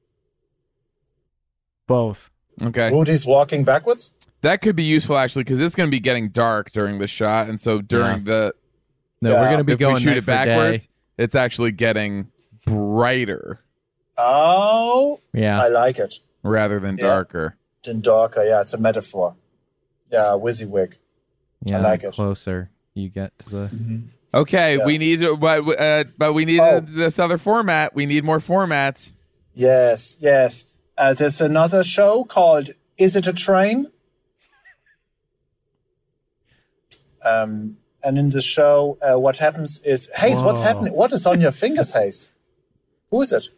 Speaker 4: Both.
Speaker 1: okay.
Speaker 3: Rudy's walking backwards.
Speaker 1: That could be useful actually because it's going to be getting dark during the shot, and so during the
Speaker 2: No,
Speaker 3: Yeah.
Speaker 2: we're going to be
Speaker 1: if
Speaker 2: going
Speaker 1: we shoot
Speaker 2: night
Speaker 1: it
Speaker 2: for day.
Speaker 1: backwards, it's actually getting brighter
Speaker 3: Oh,
Speaker 2: Yeah.
Speaker 3: I like it.
Speaker 1: rather than
Speaker 3: Yeah.
Speaker 1: darker.
Speaker 3: Dindorka, yeah, it's a metaphor. Yeah, WYSIWYG.
Speaker 2: yeah.
Speaker 3: like
Speaker 2: the
Speaker 3: it. Mm-hmm.
Speaker 2: Closer you get to the.
Speaker 1: Okay,
Speaker 3: Yeah.
Speaker 1: we need but uh, but we need
Speaker 3: Oh.
Speaker 1: this other format. We need more formats.
Speaker 3: Yes, yes. Uh, there's another show called Is It a Train? Um, and in the show, uh, what happens is, Hayes, what's
Speaker 4: Whoa.
Speaker 3: happening? What is on your fingers, Hayes? Who is it?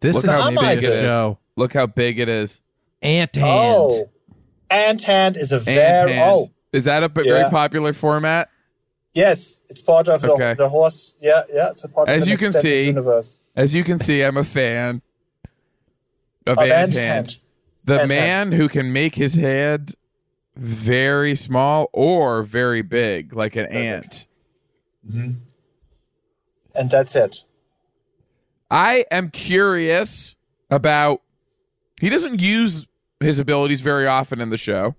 Speaker 2: This
Speaker 1: Look
Speaker 2: is
Speaker 1: how
Speaker 2: maybe
Speaker 3: big
Speaker 2: the
Speaker 3: it is.
Speaker 2: show.
Speaker 1: Look how big it is.
Speaker 2: Ant hand.
Speaker 3: Oh, Ant Hand is a
Speaker 1: And
Speaker 3: very
Speaker 1: hand.
Speaker 3: oh
Speaker 1: is that a b- very
Speaker 3: Yeah.
Speaker 1: popular format?
Speaker 3: yes, it's part of the,
Speaker 1: Okay.
Speaker 3: the horse. Yeah, yeah, it's a part
Speaker 1: As
Speaker 3: of the
Speaker 1: you can
Speaker 3: extended
Speaker 1: see,
Speaker 3: universe
Speaker 1: As you can see, I'm a fan of,
Speaker 3: of
Speaker 1: Ant
Speaker 3: Ant
Speaker 1: Hand.
Speaker 3: Hand.
Speaker 1: The
Speaker 3: Ant
Speaker 1: man
Speaker 3: Hand.
Speaker 1: who can make his head very small or very big, like an ant.
Speaker 3: And that's it.
Speaker 1: I am curious about. He doesn't use his abilities very often in the show.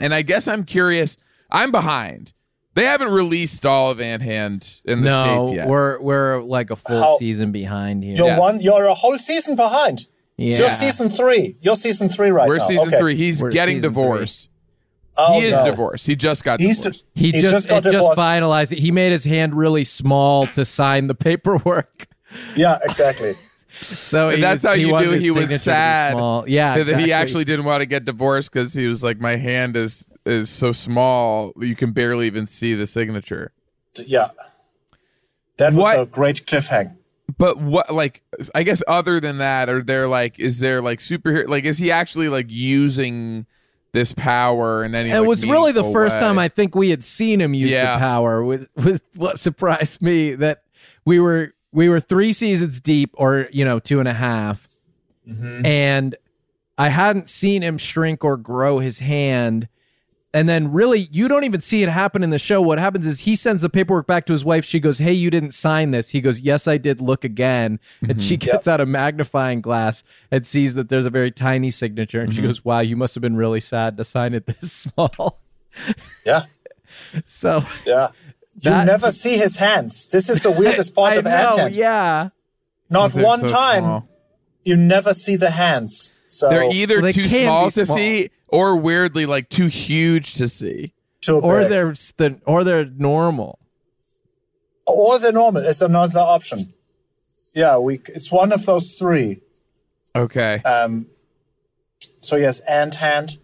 Speaker 1: And I guess I'm curious. I'm behind. They haven't released all of Ant Hand in the States
Speaker 2: No,
Speaker 1: yet.
Speaker 2: we're we're like a full
Speaker 3: How-
Speaker 2: season behind here.
Speaker 3: You're
Speaker 1: Yeah.
Speaker 3: one. You're a whole season behind.
Speaker 2: Yeah.
Speaker 3: You're season three. You're season three right
Speaker 1: We're
Speaker 3: now.
Speaker 1: season
Speaker 3: Oh, okay.
Speaker 1: three. He's
Speaker 2: We're
Speaker 1: getting
Speaker 2: season
Speaker 1: divorced.
Speaker 3: Oh,
Speaker 1: he is
Speaker 3: no.
Speaker 1: divorced. He just got
Speaker 3: He's
Speaker 1: divorced.
Speaker 2: He,
Speaker 3: He
Speaker 2: just,
Speaker 3: just got
Speaker 2: it just
Speaker 3: divorced.
Speaker 2: finalized it. He made his hand really small to sign the paperwork.
Speaker 3: Yeah, exactly.
Speaker 2: So
Speaker 1: And
Speaker 2: he
Speaker 1: that's
Speaker 2: was-
Speaker 1: how you
Speaker 2: wanted
Speaker 1: knew
Speaker 2: his
Speaker 1: he was
Speaker 2: signature to be
Speaker 1: sad.
Speaker 2: small. Yeah,
Speaker 1: And that
Speaker 2: exactly.
Speaker 1: he actually didn't want to get divorced because he was like, my hand is is so small you can barely even see the signature.
Speaker 3: yeah. That was
Speaker 1: What-
Speaker 3: a great cliffhanger.
Speaker 1: But what, like, I guess other than that, are there like, is there like superhero, like, is he actually like using this power in any?
Speaker 2: And it
Speaker 1: like,
Speaker 2: was really the
Speaker 1: meaningful
Speaker 2: first
Speaker 1: way?
Speaker 2: time I think we had seen him use
Speaker 1: Yeah.
Speaker 2: the power. Was was what surprised me that we were we were three seasons deep, or you know, two and a half, and I hadn't seen him shrink or grow his hand. And then, really, you don't even see it happen in the show. What happens is he sends the paperwork back to his wife. She goes, "Hey, you didn't sign this." He goes, "Yes, I did. Look again." And she gets out a magnifying glass and sees that there's a very tiny signature. And she goes, "Wow, you must have been really sad to sign it this small."
Speaker 3: Yeah,
Speaker 2: So
Speaker 3: yeah.
Speaker 2: That-
Speaker 3: you never see his hands. This is the weirdest part
Speaker 2: I
Speaker 3: of
Speaker 2: know,
Speaker 3: Ant.
Speaker 2: yeah.
Speaker 3: Not
Speaker 1: They're
Speaker 3: one
Speaker 1: so
Speaker 3: time
Speaker 1: small.
Speaker 3: you never see the hands. So
Speaker 1: They're either
Speaker 2: Well, they
Speaker 1: too
Speaker 2: can
Speaker 1: small
Speaker 2: be
Speaker 1: to
Speaker 2: small.
Speaker 1: see or weirdly like too huge to see.
Speaker 3: too
Speaker 2: Or
Speaker 3: big.
Speaker 2: they're s- the or they're normal.
Speaker 3: or the normal is another option. Yeah, we. It's one of those three.
Speaker 1: Okay.
Speaker 3: Um, so yes, and hand,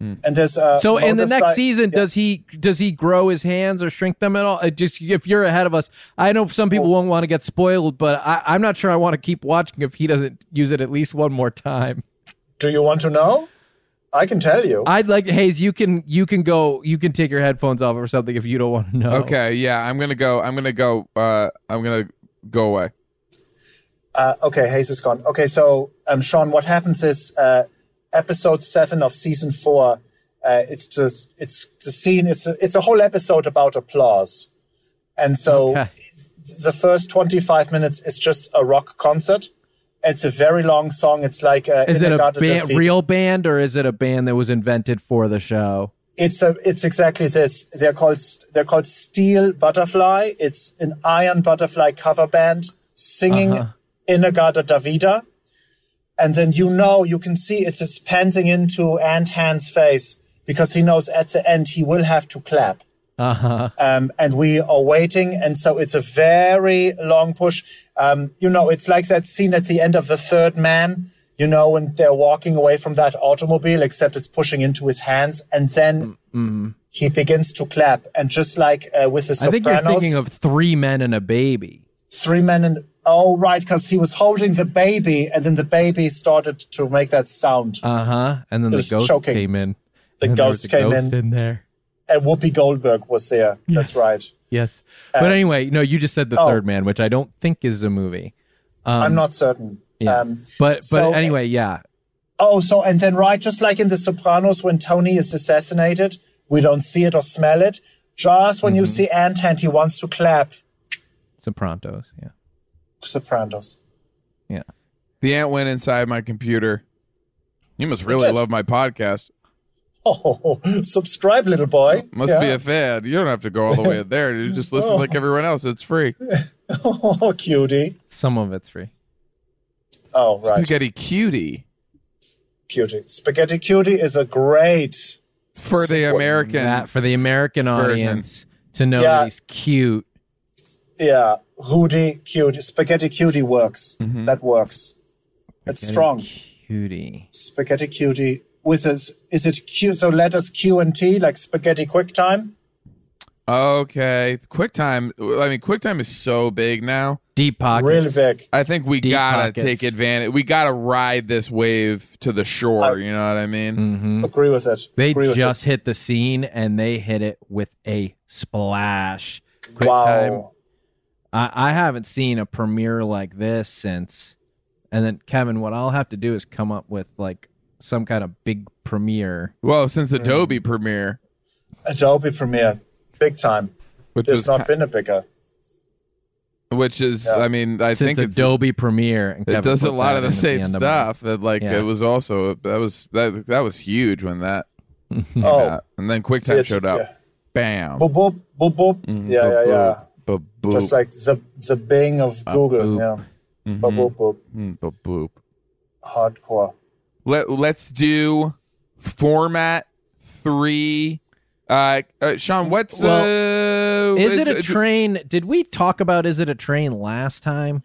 Speaker 3: and there's uh,
Speaker 2: Hmm. So in the next
Speaker 3: motorci-
Speaker 2: season,
Speaker 3: yeah.
Speaker 2: does he does he grow his hands or shrink them at all? It just if you're ahead of us, I know some people won't want to get spoiled, but I, I'm not sure I want to keep watching if he doesn't use it at least one more time.
Speaker 3: do you want to know? I can tell you.
Speaker 2: I'd like Hayes, you can you can go, you can take your headphones off or something if you don't want to
Speaker 3: Oh.
Speaker 2: know.
Speaker 1: Okay. Yeah. I'm gonna go. I'm gonna go. Uh, I'm gonna go away.
Speaker 3: Uh, okay, Hayes is gone. Okay, so um, Sean, what happens is uh, episode seven of season four. Uh, it's just it's the scene. It's a, it's a whole episode about applause, and so
Speaker 2: Okay.
Speaker 3: it's- the first twenty five minutes is just a rock concert. It's a very long song. It's like uh,
Speaker 2: Is it a
Speaker 3: Inagata
Speaker 2: band,
Speaker 3: Defeat.
Speaker 2: real band or is it a band that was invented for the show?
Speaker 3: It's a, it's exactly this. They're called they're called Steel Butterfly. It's an Iron Butterfly cover band singing
Speaker 2: Uh-huh.
Speaker 3: Inagada Davida, and then you know you can see it's just panting into Ant Hand's face because he knows at the end he will have to clap.
Speaker 2: Uh huh.
Speaker 3: Um, and we are waiting, and so it's a very long push. Um, you know, it's like that scene at the end of The Third Man. You know, when they're walking away from that automobile, except it's pushing into his hands, and then
Speaker 2: Mm,
Speaker 3: he begins to clap, and just like uh, with the
Speaker 2: mm-hmm. I
Speaker 3: Sopranos,
Speaker 2: think you're thinking of three men and a baby.
Speaker 3: three men and oh right, because he was holding the baby, and then the baby started to make that sound.
Speaker 2: Uh huh. And then the
Speaker 3: was
Speaker 2: ghost
Speaker 3: choking.
Speaker 2: came in.
Speaker 3: The
Speaker 2: And there was
Speaker 3: ghost
Speaker 2: a
Speaker 3: came
Speaker 2: ghost
Speaker 3: in.
Speaker 2: in there.
Speaker 3: and Whoopi Goldberg was there. That's
Speaker 2: Yes.
Speaker 3: right.
Speaker 2: Yes. but anyway, no, you just said The
Speaker 3: Uh, oh.
Speaker 2: Third Man, which I don't think is a movie.
Speaker 3: I'm not certain.
Speaker 2: Um, Yeah.
Speaker 3: Um,
Speaker 2: but but
Speaker 3: so-
Speaker 2: anyway, yeah.
Speaker 3: Oh, so and then right, just like in The Sopranos, when Tony is assassinated, we don't see it or smell it. Just when you
Speaker 2: Mm-hmm.
Speaker 3: see Ant Hand, he wants to clap.
Speaker 2: Soprantos. Yeah.
Speaker 3: Sopranos.
Speaker 2: Yeah.
Speaker 1: The ant went inside my computer. You must really
Speaker 3: did.
Speaker 1: love my podcast.
Speaker 3: Oh, subscribe, little boy.
Speaker 1: Oh, Must be a fan. You don't have to go all the way there. You just
Speaker 3: Oh.
Speaker 1: listen like everyone else. It's free.
Speaker 3: be a oh, cutie.
Speaker 2: Some of it's free.
Speaker 3: Oh, right,
Speaker 1: Spaghetti cutie
Speaker 3: cutie. Spaghetti cutie is a great.
Speaker 1: for the American.
Speaker 2: That for the American
Speaker 1: version.
Speaker 2: audience to know
Speaker 3: Yeah.
Speaker 2: that he's cute.
Speaker 3: Yeah, Rudy cutie. Spaghetti cutie works.
Speaker 1: Mm-hmm.
Speaker 3: That works. It's strong.
Speaker 2: Cutie.
Speaker 3: Spaghetti cutie with a, is it Q? So letters Q and T like spaghetti quick time.
Speaker 1: Okay. QuickTime. I mean, QuickTime is so big now.
Speaker 2: Deep pockets.
Speaker 3: Really big.
Speaker 1: I think we
Speaker 2: Deep
Speaker 1: gotta
Speaker 2: pockets.
Speaker 1: take advantage. We gotta ride this wave to the shore.
Speaker 3: Uh,
Speaker 1: you know what I mean?
Speaker 2: Mm.
Speaker 3: Agree with it.
Speaker 2: Mm-hmm. They
Speaker 3: Agree with it.
Speaker 2: just hit the scene and they hit it with a splash. Quick
Speaker 3: wow.
Speaker 2: time. I, I haven't seen a premiere like this since. And then Kevin, what I'll have to do is come up with like some kind of big premiere.
Speaker 1: Well,
Speaker 3: Mm.
Speaker 1: since Adobe Premiere,
Speaker 3: Adobe Premiere, big time.
Speaker 1: which
Speaker 3: There's
Speaker 1: is
Speaker 3: not been a bigger.
Speaker 1: which is,
Speaker 3: Yeah.
Speaker 1: I mean, I
Speaker 2: Since
Speaker 1: think it's,
Speaker 2: Adobe Premiere, and
Speaker 1: it
Speaker 2: Kevin
Speaker 1: does
Speaker 2: put
Speaker 1: a lot of
Speaker 2: that
Speaker 1: the
Speaker 2: in at
Speaker 1: same
Speaker 2: end of
Speaker 1: stuff. That like
Speaker 2: Yeah.
Speaker 1: it was also that was that that was huge when that came
Speaker 3: Oh.
Speaker 1: out, and then
Speaker 3: See,
Speaker 1: QuickTime
Speaker 3: it's-
Speaker 1: showed up.
Speaker 3: yeah.
Speaker 1: Bam.
Speaker 3: Boop boop boop boop.
Speaker 2: Mm-hmm.
Speaker 3: yeah, yeah, yeah.
Speaker 1: Boop boop.
Speaker 3: Just like the the Bing of Google.
Speaker 2: boop. Mm-hmm.
Speaker 3: Yeah. Boop boop boop.
Speaker 1: Mm, boop boop.
Speaker 3: Hardcore.
Speaker 1: Let Let's do format three. Uh, uh, Sean, what's uh,
Speaker 2: Is it a
Speaker 1: d-
Speaker 2: train? Did we talk about is it a train last time?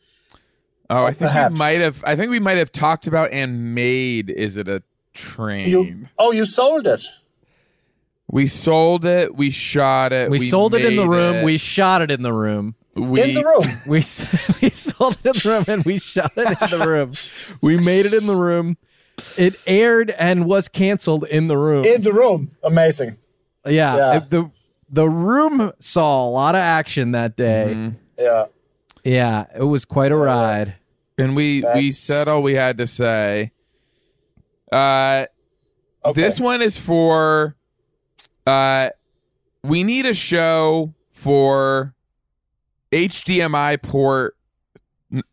Speaker 1: Oh, I think
Speaker 3: Perhaps.
Speaker 1: we might have. I think we might have talked about and made. Is it a train?
Speaker 3: You, oh, you sold it.
Speaker 1: we sold it. We shot it.
Speaker 2: We, sold it in the
Speaker 1: made
Speaker 2: room.
Speaker 1: it,
Speaker 2: We shot it in the room.
Speaker 1: we
Speaker 3: In the room.
Speaker 2: We, s- we sold it in the room and we shot it in the room. We made it in the room. It aired and was canceled in the room.
Speaker 3: In the room. Amazing.
Speaker 2: yeah.
Speaker 3: yeah.
Speaker 2: It- the, the room saw a lot of action that
Speaker 3: Mm-hmm.
Speaker 2: day.
Speaker 1: Mm-hmm.
Speaker 3: Yeah.
Speaker 2: Yeah. It was quite a ride.
Speaker 1: and we we
Speaker 3: That's-
Speaker 1: said all we had to say. Uh,
Speaker 3: Okay.
Speaker 1: this one is for. Uh, we need a show for HDMI port n-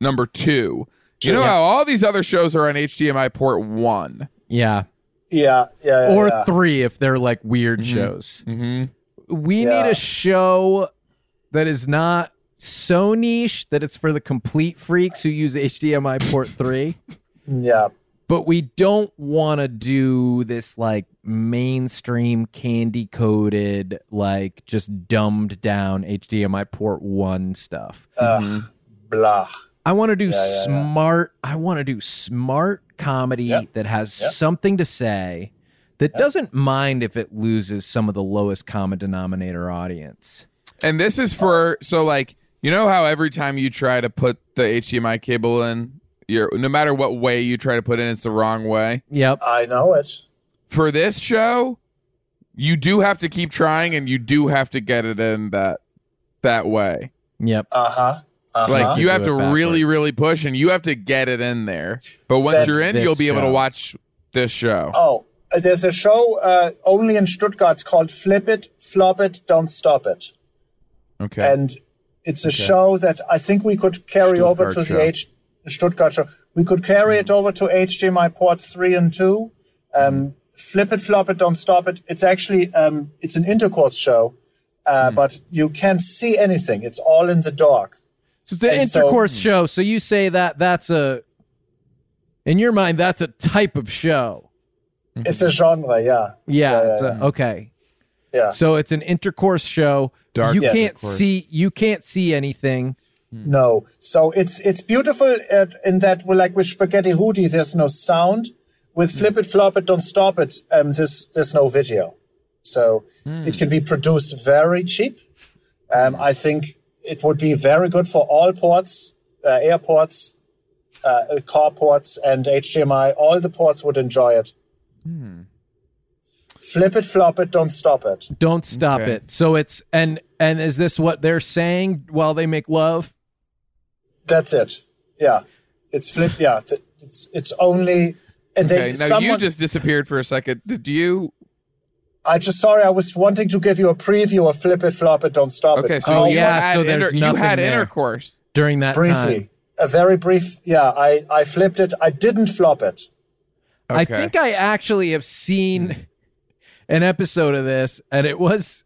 Speaker 1: number two. You know
Speaker 3: Yeah.
Speaker 1: how all these other shows are on HDMI port one.
Speaker 2: Yeah.
Speaker 3: Yeah. Yeah. yeah,
Speaker 2: Or
Speaker 3: yeah.
Speaker 2: three if they're like weird shows.
Speaker 1: Mm-hmm.
Speaker 2: we
Speaker 3: Yeah.
Speaker 2: need a show that is not so niche that it's for the complete freaks who use HDMI port 3,
Speaker 3: Mm, yeah.
Speaker 2: but we don't want to do this like mainstream candy coded like just dumbed down HDMI port 1 stuff.
Speaker 3: Ugh, blah.
Speaker 2: I want to do
Speaker 3: yeah, yeah.
Speaker 2: smart. I want to do smart comedy
Speaker 3: Yep.
Speaker 2: that has
Speaker 3: Yep.
Speaker 2: something to say that doesn't mind if it loses some of the lowest common denominator audience.
Speaker 1: And this is for so like you know how every time you try to put the HDMI cable in, you're no matter what way you try to put in, it's the wrong way.
Speaker 2: Yep.
Speaker 3: I know it.
Speaker 1: For this show, you do have to keep trying, and you do have to get it in that that way.
Speaker 2: Yep.
Speaker 3: Uh huh. Uh-huh.
Speaker 1: Like you
Speaker 2: Do
Speaker 1: have
Speaker 2: it
Speaker 1: to
Speaker 2: backwards.
Speaker 1: really, really push, and you have to get it in there. But once
Speaker 3: That-
Speaker 1: you're in,
Speaker 2: This
Speaker 1: you'll be able
Speaker 2: show.
Speaker 1: to watch this show.
Speaker 3: Oh, there's a show uh, only in Stuttgart called Flip It, Flop It, Don't Stop It.
Speaker 1: Okay,
Speaker 3: And it's a show that I think we could carry over to
Speaker 1: Stuttgart Hmm.
Speaker 3: the H- Stuttgart show. We could carry it over to HDMI port 3 and 2. Um, Flip It, Flop It, Don't Stop It. It's actually, um, it's an intercourse show, uh,
Speaker 1: Hmm.
Speaker 3: but you can't see anything. It's all in the dark.
Speaker 1: Mm-hmm.
Speaker 2: So it's an
Speaker 3: And so- Hmm.
Speaker 2: intercourse show. So you say that that's a, in your mind, that's a type of show.
Speaker 3: It's a genre, yeah.
Speaker 2: Yeah.
Speaker 3: Yeah, yeah,
Speaker 2: it's a, okay.
Speaker 3: Yeah.
Speaker 2: So it's an intercourse show.
Speaker 1: Dark
Speaker 2: you
Speaker 1: Yes.
Speaker 2: can't
Speaker 1: intercourse.
Speaker 2: see. You can't see anything.
Speaker 3: No. So it's it's beautiful at, in that well, like with spaghetti hoodie, there's no sound. With flip it, flop it, don't stop it. Um, there's there's no video, so it can be produced very cheap. Um, I think it would be very good for all ports, uh, airports, uh, car ports, and HDMI. All the ports would enjoy it. Flip it, flop it, don't stop it.
Speaker 2: Don't stop
Speaker 1: Okay.
Speaker 2: it. So it's and and is this what they're saying while they make love?
Speaker 3: That's it. Yeah, it's flip. Yeah, Th- it's it's only. And
Speaker 1: okay.
Speaker 3: they,
Speaker 1: Now you
Speaker 3: someone-
Speaker 1: just disappeared for a second. Did you?
Speaker 3: I just sorry, I was wanting to give you a preview of Flip It, Flop It, Don't Stop
Speaker 1: Okay,
Speaker 3: It.
Speaker 1: so
Speaker 2: Oh,
Speaker 1: you
Speaker 2: yeah,
Speaker 1: had
Speaker 2: so there's
Speaker 1: you
Speaker 2: nothing
Speaker 1: had
Speaker 2: there.
Speaker 1: intercourse.
Speaker 2: During that
Speaker 3: briefly,
Speaker 2: time,
Speaker 3: a very brief. Yeah, I I flipped it. I didn't flop it.
Speaker 2: I
Speaker 1: Okay.
Speaker 2: think I actually have seen an episode of this, and it was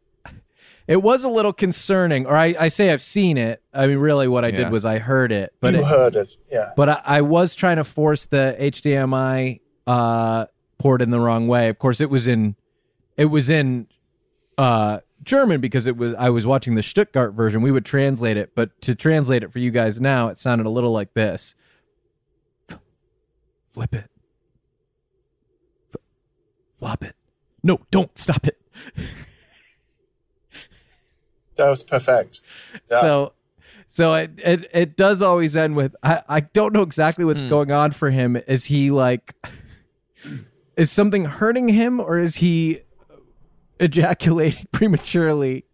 Speaker 2: it was a little concerning. Or I, I say I've seen it. I mean, really, what I
Speaker 1: Yeah.
Speaker 2: did was I heard it, but
Speaker 3: you
Speaker 2: it,
Speaker 3: heard it. Yeah.
Speaker 2: but I, I was trying to force the HDMI uh, port in the wrong way. Of course, it was in it was in uh, German because it was I was watching the Stuttgart version. We would translate it, but to translate it for you guys now, it sounded a little like this: flip it, F- flop it. No, don't stop it.
Speaker 3: That was perfect. Yeah.
Speaker 2: So so it, it it does always end with I, I don't know exactly what's
Speaker 1: Hmm.
Speaker 2: going on for him. Is he like is something hurting him or is he ejaculating prematurely?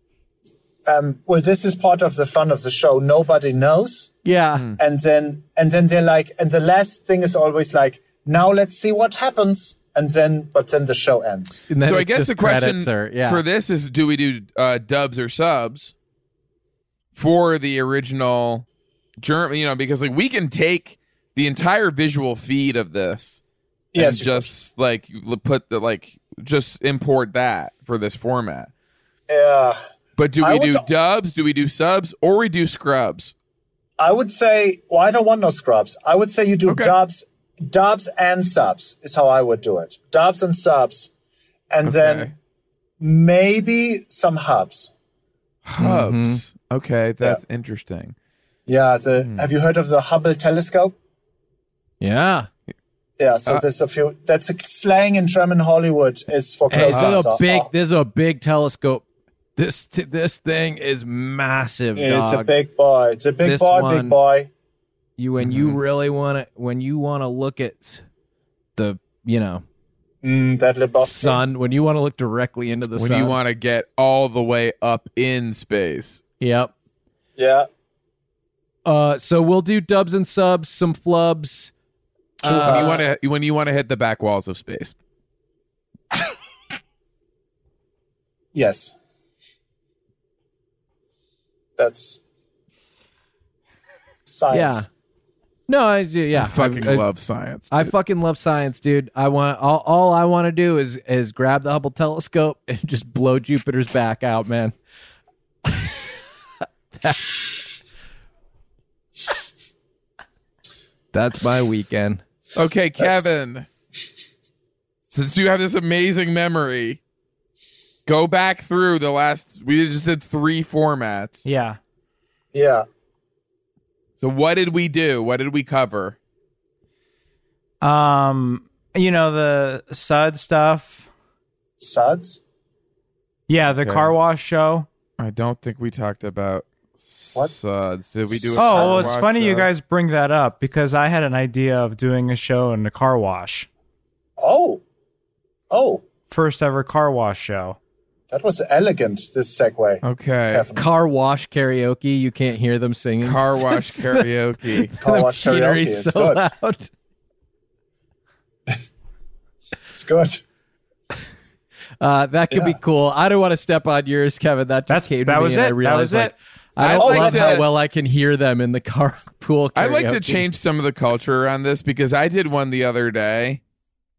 Speaker 3: Um, well, this is part of the fun of the show. Nobody knows,
Speaker 2: Yeah.
Speaker 1: Hmm.
Speaker 3: and then and then they're like, and the last thing is always like, now let's see what happens, and then but then the show ends.
Speaker 2: And then
Speaker 1: so I
Speaker 2: it's
Speaker 1: guess
Speaker 2: just
Speaker 1: the question
Speaker 2: credits or- yeah.
Speaker 1: for this is: Do we do uh, dubs or subs for the original German? You know, because like we can take the entire visual feed of this
Speaker 3: Yes,
Speaker 1: and just like l- put the like just import that for this format.
Speaker 3: Yeah.
Speaker 1: But do
Speaker 3: I
Speaker 1: we
Speaker 3: would
Speaker 1: do
Speaker 3: do-
Speaker 1: dubs? Do we do subs or we do scrubs?
Speaker 3: I would say, well, I don't want no scrubs. I would say you do
Speaker 1: Okay.
Speaker 3: dubs, dubs and subs is how I would do it. Dubs and subs, and
Speaker 1: Okay.
Speaker 3: then maybe some hubs.
Speaker 1: Hubs. Okay, that's interesting.
Speaker 3: Yeah, the,
Speaker 2: Hmm.
Speaker 3: have you heard of the Hubble telescope?
Speaker 2: Yeah.
Speaker 3: Yeah, so
Speaker 1: Uh,
Speaker 3: there's a few. That's a slang in German Hollywood. It's for
Speaker 2: Hey,
Speaker 3: close
Speaker 2: this
Speaker 3: ups.
Speaker 2: is a
Speaker 3: or-
Speaker 2: big.
Speaker 3: or-
Speaker 2: This is a big telescope. This t- this thing is massive,
Speaker 3: it's
Speaker 2: dog.
Speaker 3: a big boy. It's a big
Speaker 2: This
Speaker 3: boy,
Speaker 2: one-
Speaker 3: big boy.
Speaker 2: you when you
Speaker 1: Mm-hmm.
Speaker 2: really want to when you want to look at s- the you know
Speaker 3: Mm, that Lebowski.
Speaker 2: sun when you want to look directly into the
Speaker 1: when
Speaker 2: sun.
Speaker 1: you want to get all the way up in space.
Speaker 2: yep.
Speaker 3: Yeah.
Speaker 2: Uh, so we'll do dubs and subs, some flubs.
Speaker 1: when you
Speaker 3: Uh,
Speaker 1: want to when you want to hit the back walls of space.
Speaker 3: Yes. That's science.
Speaker 2: No, I do. Yeah,
Speaker 1: I fucking
Speaker 2: I, I-
Speaker 1: love science.
Speaker 2: I fucking love science, dude. I want all, all I want to do is is grab the Hubble telescope and just blow Jupiter's back out, man. That's my weekend.
Speaker 1: okay, Kevin. Since you have this amazing memory, go back through the last we just did three formats.
Speaker 4: Yeah.
Speaker 3: Yeah.
Speaker 1: So what did we do? What did we cover?
Speaker 4: Um, you know the sud stuff.
Speaker 3: Suds?
Speaker 4: Yeah, the
Speaker 1: Okay.
Speaker 4: car wash show.
Speaker 1: I don't think we talked about
Speaker 3: What?
Speaker 1: suds. Did we do a
Speaker 4: Oh,
Speaker 1: car
Speaker 4: well, it's
Speaker 1: wash
Speaker 4: funny you
Speaker 1: show?
Speaker 4: guys bring that up because I had an idea of doing a show in a car wash.
Speaker 3: Oh. Oh.
Speaker 4: First ever car wash show.
Speaker 3: That was elegant, this segue.
Speaker 1: Okay.
Speaker 3: Kevin.
Speaker 2: Car wash karaoke. You can't hear them singing.
Speaker 1: Car wash karaoke.
Speaker 3: Car
Speaker 2: The
Speaker 3: wash karaoke
Speaker 2: machinery's
Speaker 3: is
Speaker 2: so
Speaker 3: good.
Speaker 2: loud.
Speaker 3: It's good.
Speaker 2: Uh, that could be
Speaker 3: Yeah.
Speaker 2: cool. I don't want to step on yours, Kevin. That just
Speaker 4: That's-
Speaker 2: came to
Speaker 4: that
Speaker 2: me,
Speaker 4: was
Speaker 2: and
Speaker 4: it.
Speaker 2: I
Speaker 4: That
Speaker 2: realized
Speaker 4: was
Speaker 2: like,
Speaker 4: it.
Speaker 2: I don't
Speaker 1: I'd like
Speaker 2: love
Speaker 1: to-
Speaker 2: how well I can hear them in the car pool.
Speaker 1: I'd like to
Speaker 2: karaoke.
Speaker 1: change some of the culture around this because I did one the other day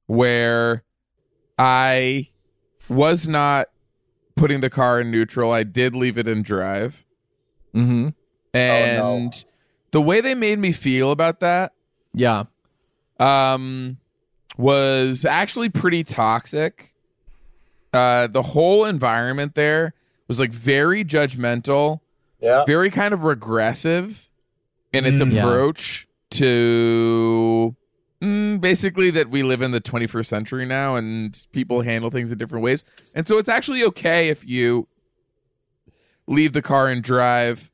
Speaker 1: where I was not putting the car in neutral. I did leave it in drive.
Speaker 2: Mhm.
Speaker 1: And
Speaker 3: Oh, no.
Speaker 1: the way they made me feel about that
Speaker 2: Yeah.
Speaker 1: um, was actually pretty toxic. Uh, the whole environment there was like very judgmental.
Speaker 3: Yeah.
Speaker 1: very kind of regressive in its
Speaker 4: Mm.
Speaker 2: Yeah.
Speaker 1: approach to mm, basically that we live in the 21st century now and people handle things in different ways. And so it's actually okay if you leave the car and drive.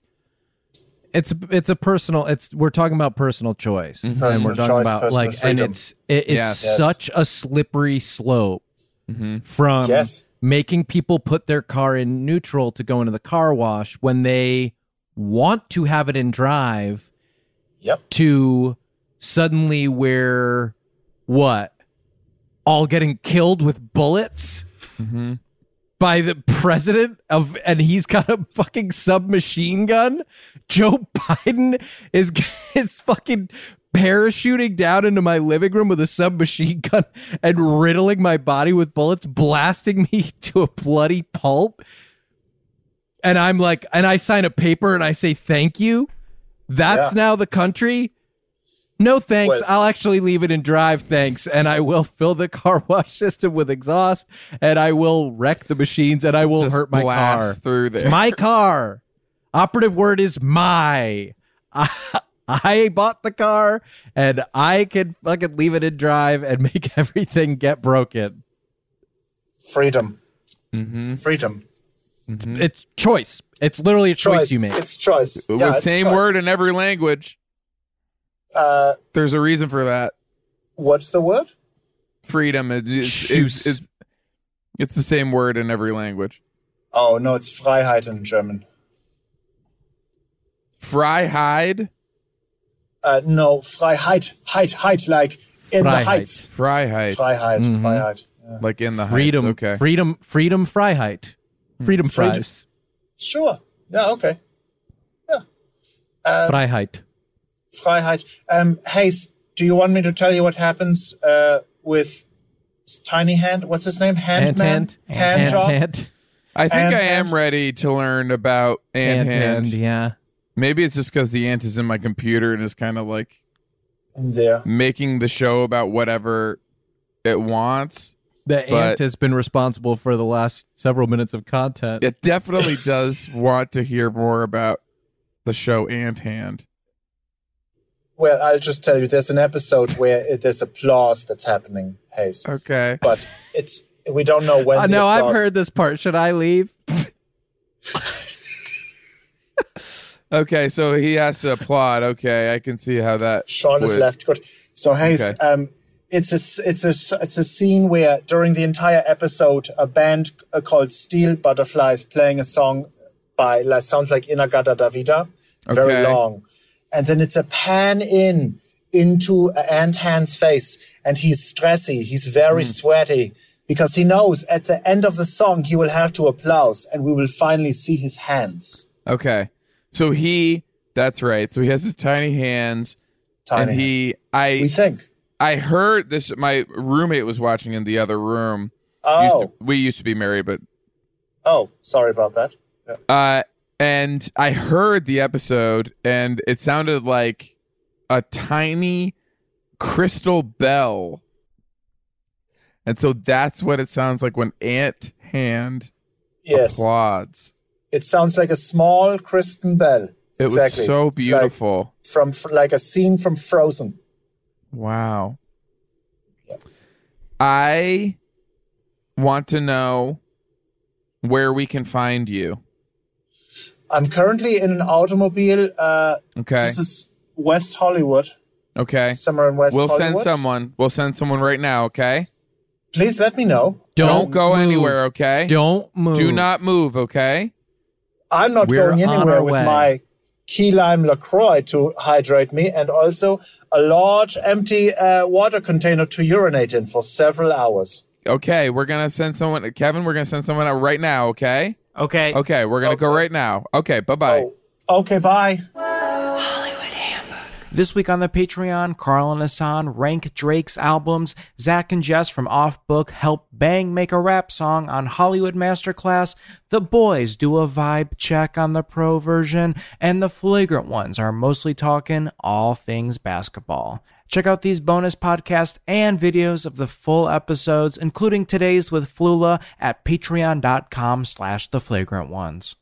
Speaker 2: It's it's a personal. It's we're talking about personal choice,
Speaker 4: Mm-hmm.
Speaker 2: and
Speaker 3: Personal
Speaker 2: we're talking
Speaker 3: choice,
Speaker 2: about
Speaker 3: personal
Speaker 2: like, and
Speaker 3: freedom.
Speaker 2: it's it, it's
Speaker 1: Yes.
Speaker 3: Yes.
Speaker 2: such a slippery slope Mm-hmm. from
Speaker 3: Yes.
Speaker 2: making people put their car in neutral to go into the car wash when they want to have it in drive
Speaker 3: Yep.
Speaker 2: to suddenly we're what all getting killed with bullets by the president of and he's got a fucking submachine gun joe biden is is fucking parachuting down into my living room with a submachine gun and riddling my body with bullets blasting me to a bloody pulp and i'm like and i sign a paper and i say thank you that's
Speaker 3: Yeah.
Speaker 2: now the country no thanks.
Speaker 3: Well-
Speaker 2: I'll actually leave it in drive, thanks. And I will fill the car wash system with exhaust and I will wreck the machines and I will
Speaker 1: Just
Speaker 2: hurt my car.
Speaker 1: blast through there.
Speaker 2: It's my car. Operative word is my. I, I bought the car and I could fucking leave it in drive and make everything get broken.
Speaker 3: Freedom.
Speaker 1: Mhm.
Speaker 3: Freedom.
Speaker 1: Hmm.
Speaker 2: It's choice. It's literally a choice,
Speaker 3: Choice.
Speaker 2: you make.
Speaker 3: It's choice.
Speaker 1: But
Speaker 3: Yeah,
Speaker 1: with
Speaker 3: it's
Speaker 1: same
Speaker 3: choice.
Speaker 1: word in every language.
Speaker 3: Uh,
Speaker 1: There's a reason for that.
Speaker 3: what's the word?
Speaker 1: Freedom. It, it's,
Speaker 2: Choose.
Speaker 1: it's, it's, it's the same word in every language.
Speaker 3: Oh, no, it's Freiheit in German.
Speaker 1: Fry hide.
Speaker 3: Uh, no, Freiheit. Heit, heit, like
Speaker 2: Freiheit. Mm-hmm.
Speaker 3: in the heights.
Speaker 1: Fry hide.
Speaker 3: Freiheit, Freiheit. Yeah.
Speaker 1: Like in the heights.
Speaker 2: freedom,
Speaker 1: Okay. Hmm.
Speaker 2: freedom, freedom, Freiheit. Freedom
Speaker 3: Freedom.
Speaker 2: fries.
Speaker 3: Sure. Yeah, okay.
Speaker 2: Freiheit.
Speaker 3: Freiheit. Um, Hayes, do you want me to tell you what happens uh, with Tiny Hand? What's his name?
Speaker 2: Ant,
Speaker 3: Handman?
Speaker 2: ant,
Speaker 3: hand
Speaker 2: ant,
Speaker 3: job?
Speaker 2: ant.
Speaker 1: I think
Speaker 3: Ant
Speaker 1: I
Speaker 3: hand?
Speaker 1: am ready to learn about ant, hand.
Speaker 2: yeah.
Speaker 1: Maybe it's just because the ant is in my computer and is kind of like
Speaker 3: In there.
Speaker 1: making the show about whatever it wants.
Speaker 2: The
Speaker 1: But-
Speaker 2: ant has been responsible for the last several minutes of content.
Speaker 1: It definitely does want to hear more about the show Ant Hand.
Speaker 3: Well, I'll just tell you, there's an episode where it, there's applause that's happening, Hayes.
Speaker 1: Okay.
Speaker 3: But it's we don't know when.
Speaker 2: Uh,
Speaker 3: the
Speaker 2: no, I've
Speaker 3: applause-
Speaker 2: heard this part. Should I leave?
Speaker 1: Okay, so he has to applaud. Okay, I can see how that
Speaker 3: Sean is
Speaker 1: would-
Speaker 3: left. Good. So Hayes,
Speaker 1: Okay.
Speaker 3: um, it's a s- it's a s- it's a scene where during the entire episode, a band uh, called Steel Butterfly is playing a song by like sounds like Inagada Davida, very
Speaker 1: Okay.
Speaker 3: long, and then it's a pan in into Ant Hand's face, and he's stressy. He's very
Speaker 1: Hmm.
Speaker 3: sweaty. Because he knows at the end of the song he will have to applause, and we will finally see his hands.
Speaker 1: Okay. So he that's right. So he has his tiny hands
Speaker 3: Tiny
Speaker 1: and he
Speaker 3: hands. we
Speaker 1: I
Speaker 3: think.
Speaker 1: I heard this my roommate was watching in the other room. Used
Speaker 3: Oh,
Speaker 1: to- we used to be married, but
Speaker 3: oh, sorry about that. Yeah.
Speaker 1: uh and I heard the episode and it sounded like a tiny crystal bell. And so that's what it sounds like when Ant Hand
Speaker 3: Yes.
Speaker 1: applauds.
Speaker 3: It sounds like a small Kristen Bell.
Speaker 1: It
Speaker 3: exactly.
Speaker 1: was so
Speaker 3: It's like
Speaker 1: beautiful.
Speaker 3: from f- like a scene from Frozen.
Speaker 1: Wow.
Speaker 3: Yeah.
Speaker 1: I want to know where we can find you.
Speaker 3: I'm currently in an automobile. Uh,
Speaker 1: Okay.
Speaker 3: This is West Hollywood,
Speaker 1: okay.
Speaker 3: somewhere in West
Speaker 1: We'll
Speaker 3: Hollywood.
Speaker 1: send someone. We'll send someone right now, okay?
Speaker 3: Please let me know.
Speaker 1: Don't, go
Speaker 2: move.
Speaker 1: anywhere, okay?
Speaker 2: Don't move.
Speaker 1: Do not move, okay?
Speaker 3: I'm not
Speaker 2: We're
Speaker 3: going
Speaker 2: on
Speaker 3: anywhere
Speaker 2: our
Speaker 3: with
Speaker 2: way.
Speaker 3: my key lime LaCroix to hydrate me, and also a large empty uh, water container to urinate in for several hours.
Speaker 1: Okay, we're going to send someone Kevin, we're going to send someone out right now, okay?
Speaker 4: Okay.
Speaker 1: Okay, we're going to go right now. Okay, bye-bye.
Speaker 3: Oh, okay, bye.
Speaker 5: Hollywood Handbook.
Speaker 4: This week on the Patreon, Carl and Hassan rank Drake's albums. Zach and Jess from Off Book help Bang make a rap song on Hollywood Masterclass. The boys do a vibe check on the pro version, and the flagrant ones are mostly talking all things basketball. Check out these bonus podcasts and videos of the full episodes, including today's with Flula at patreon.com slash the flagrant ones.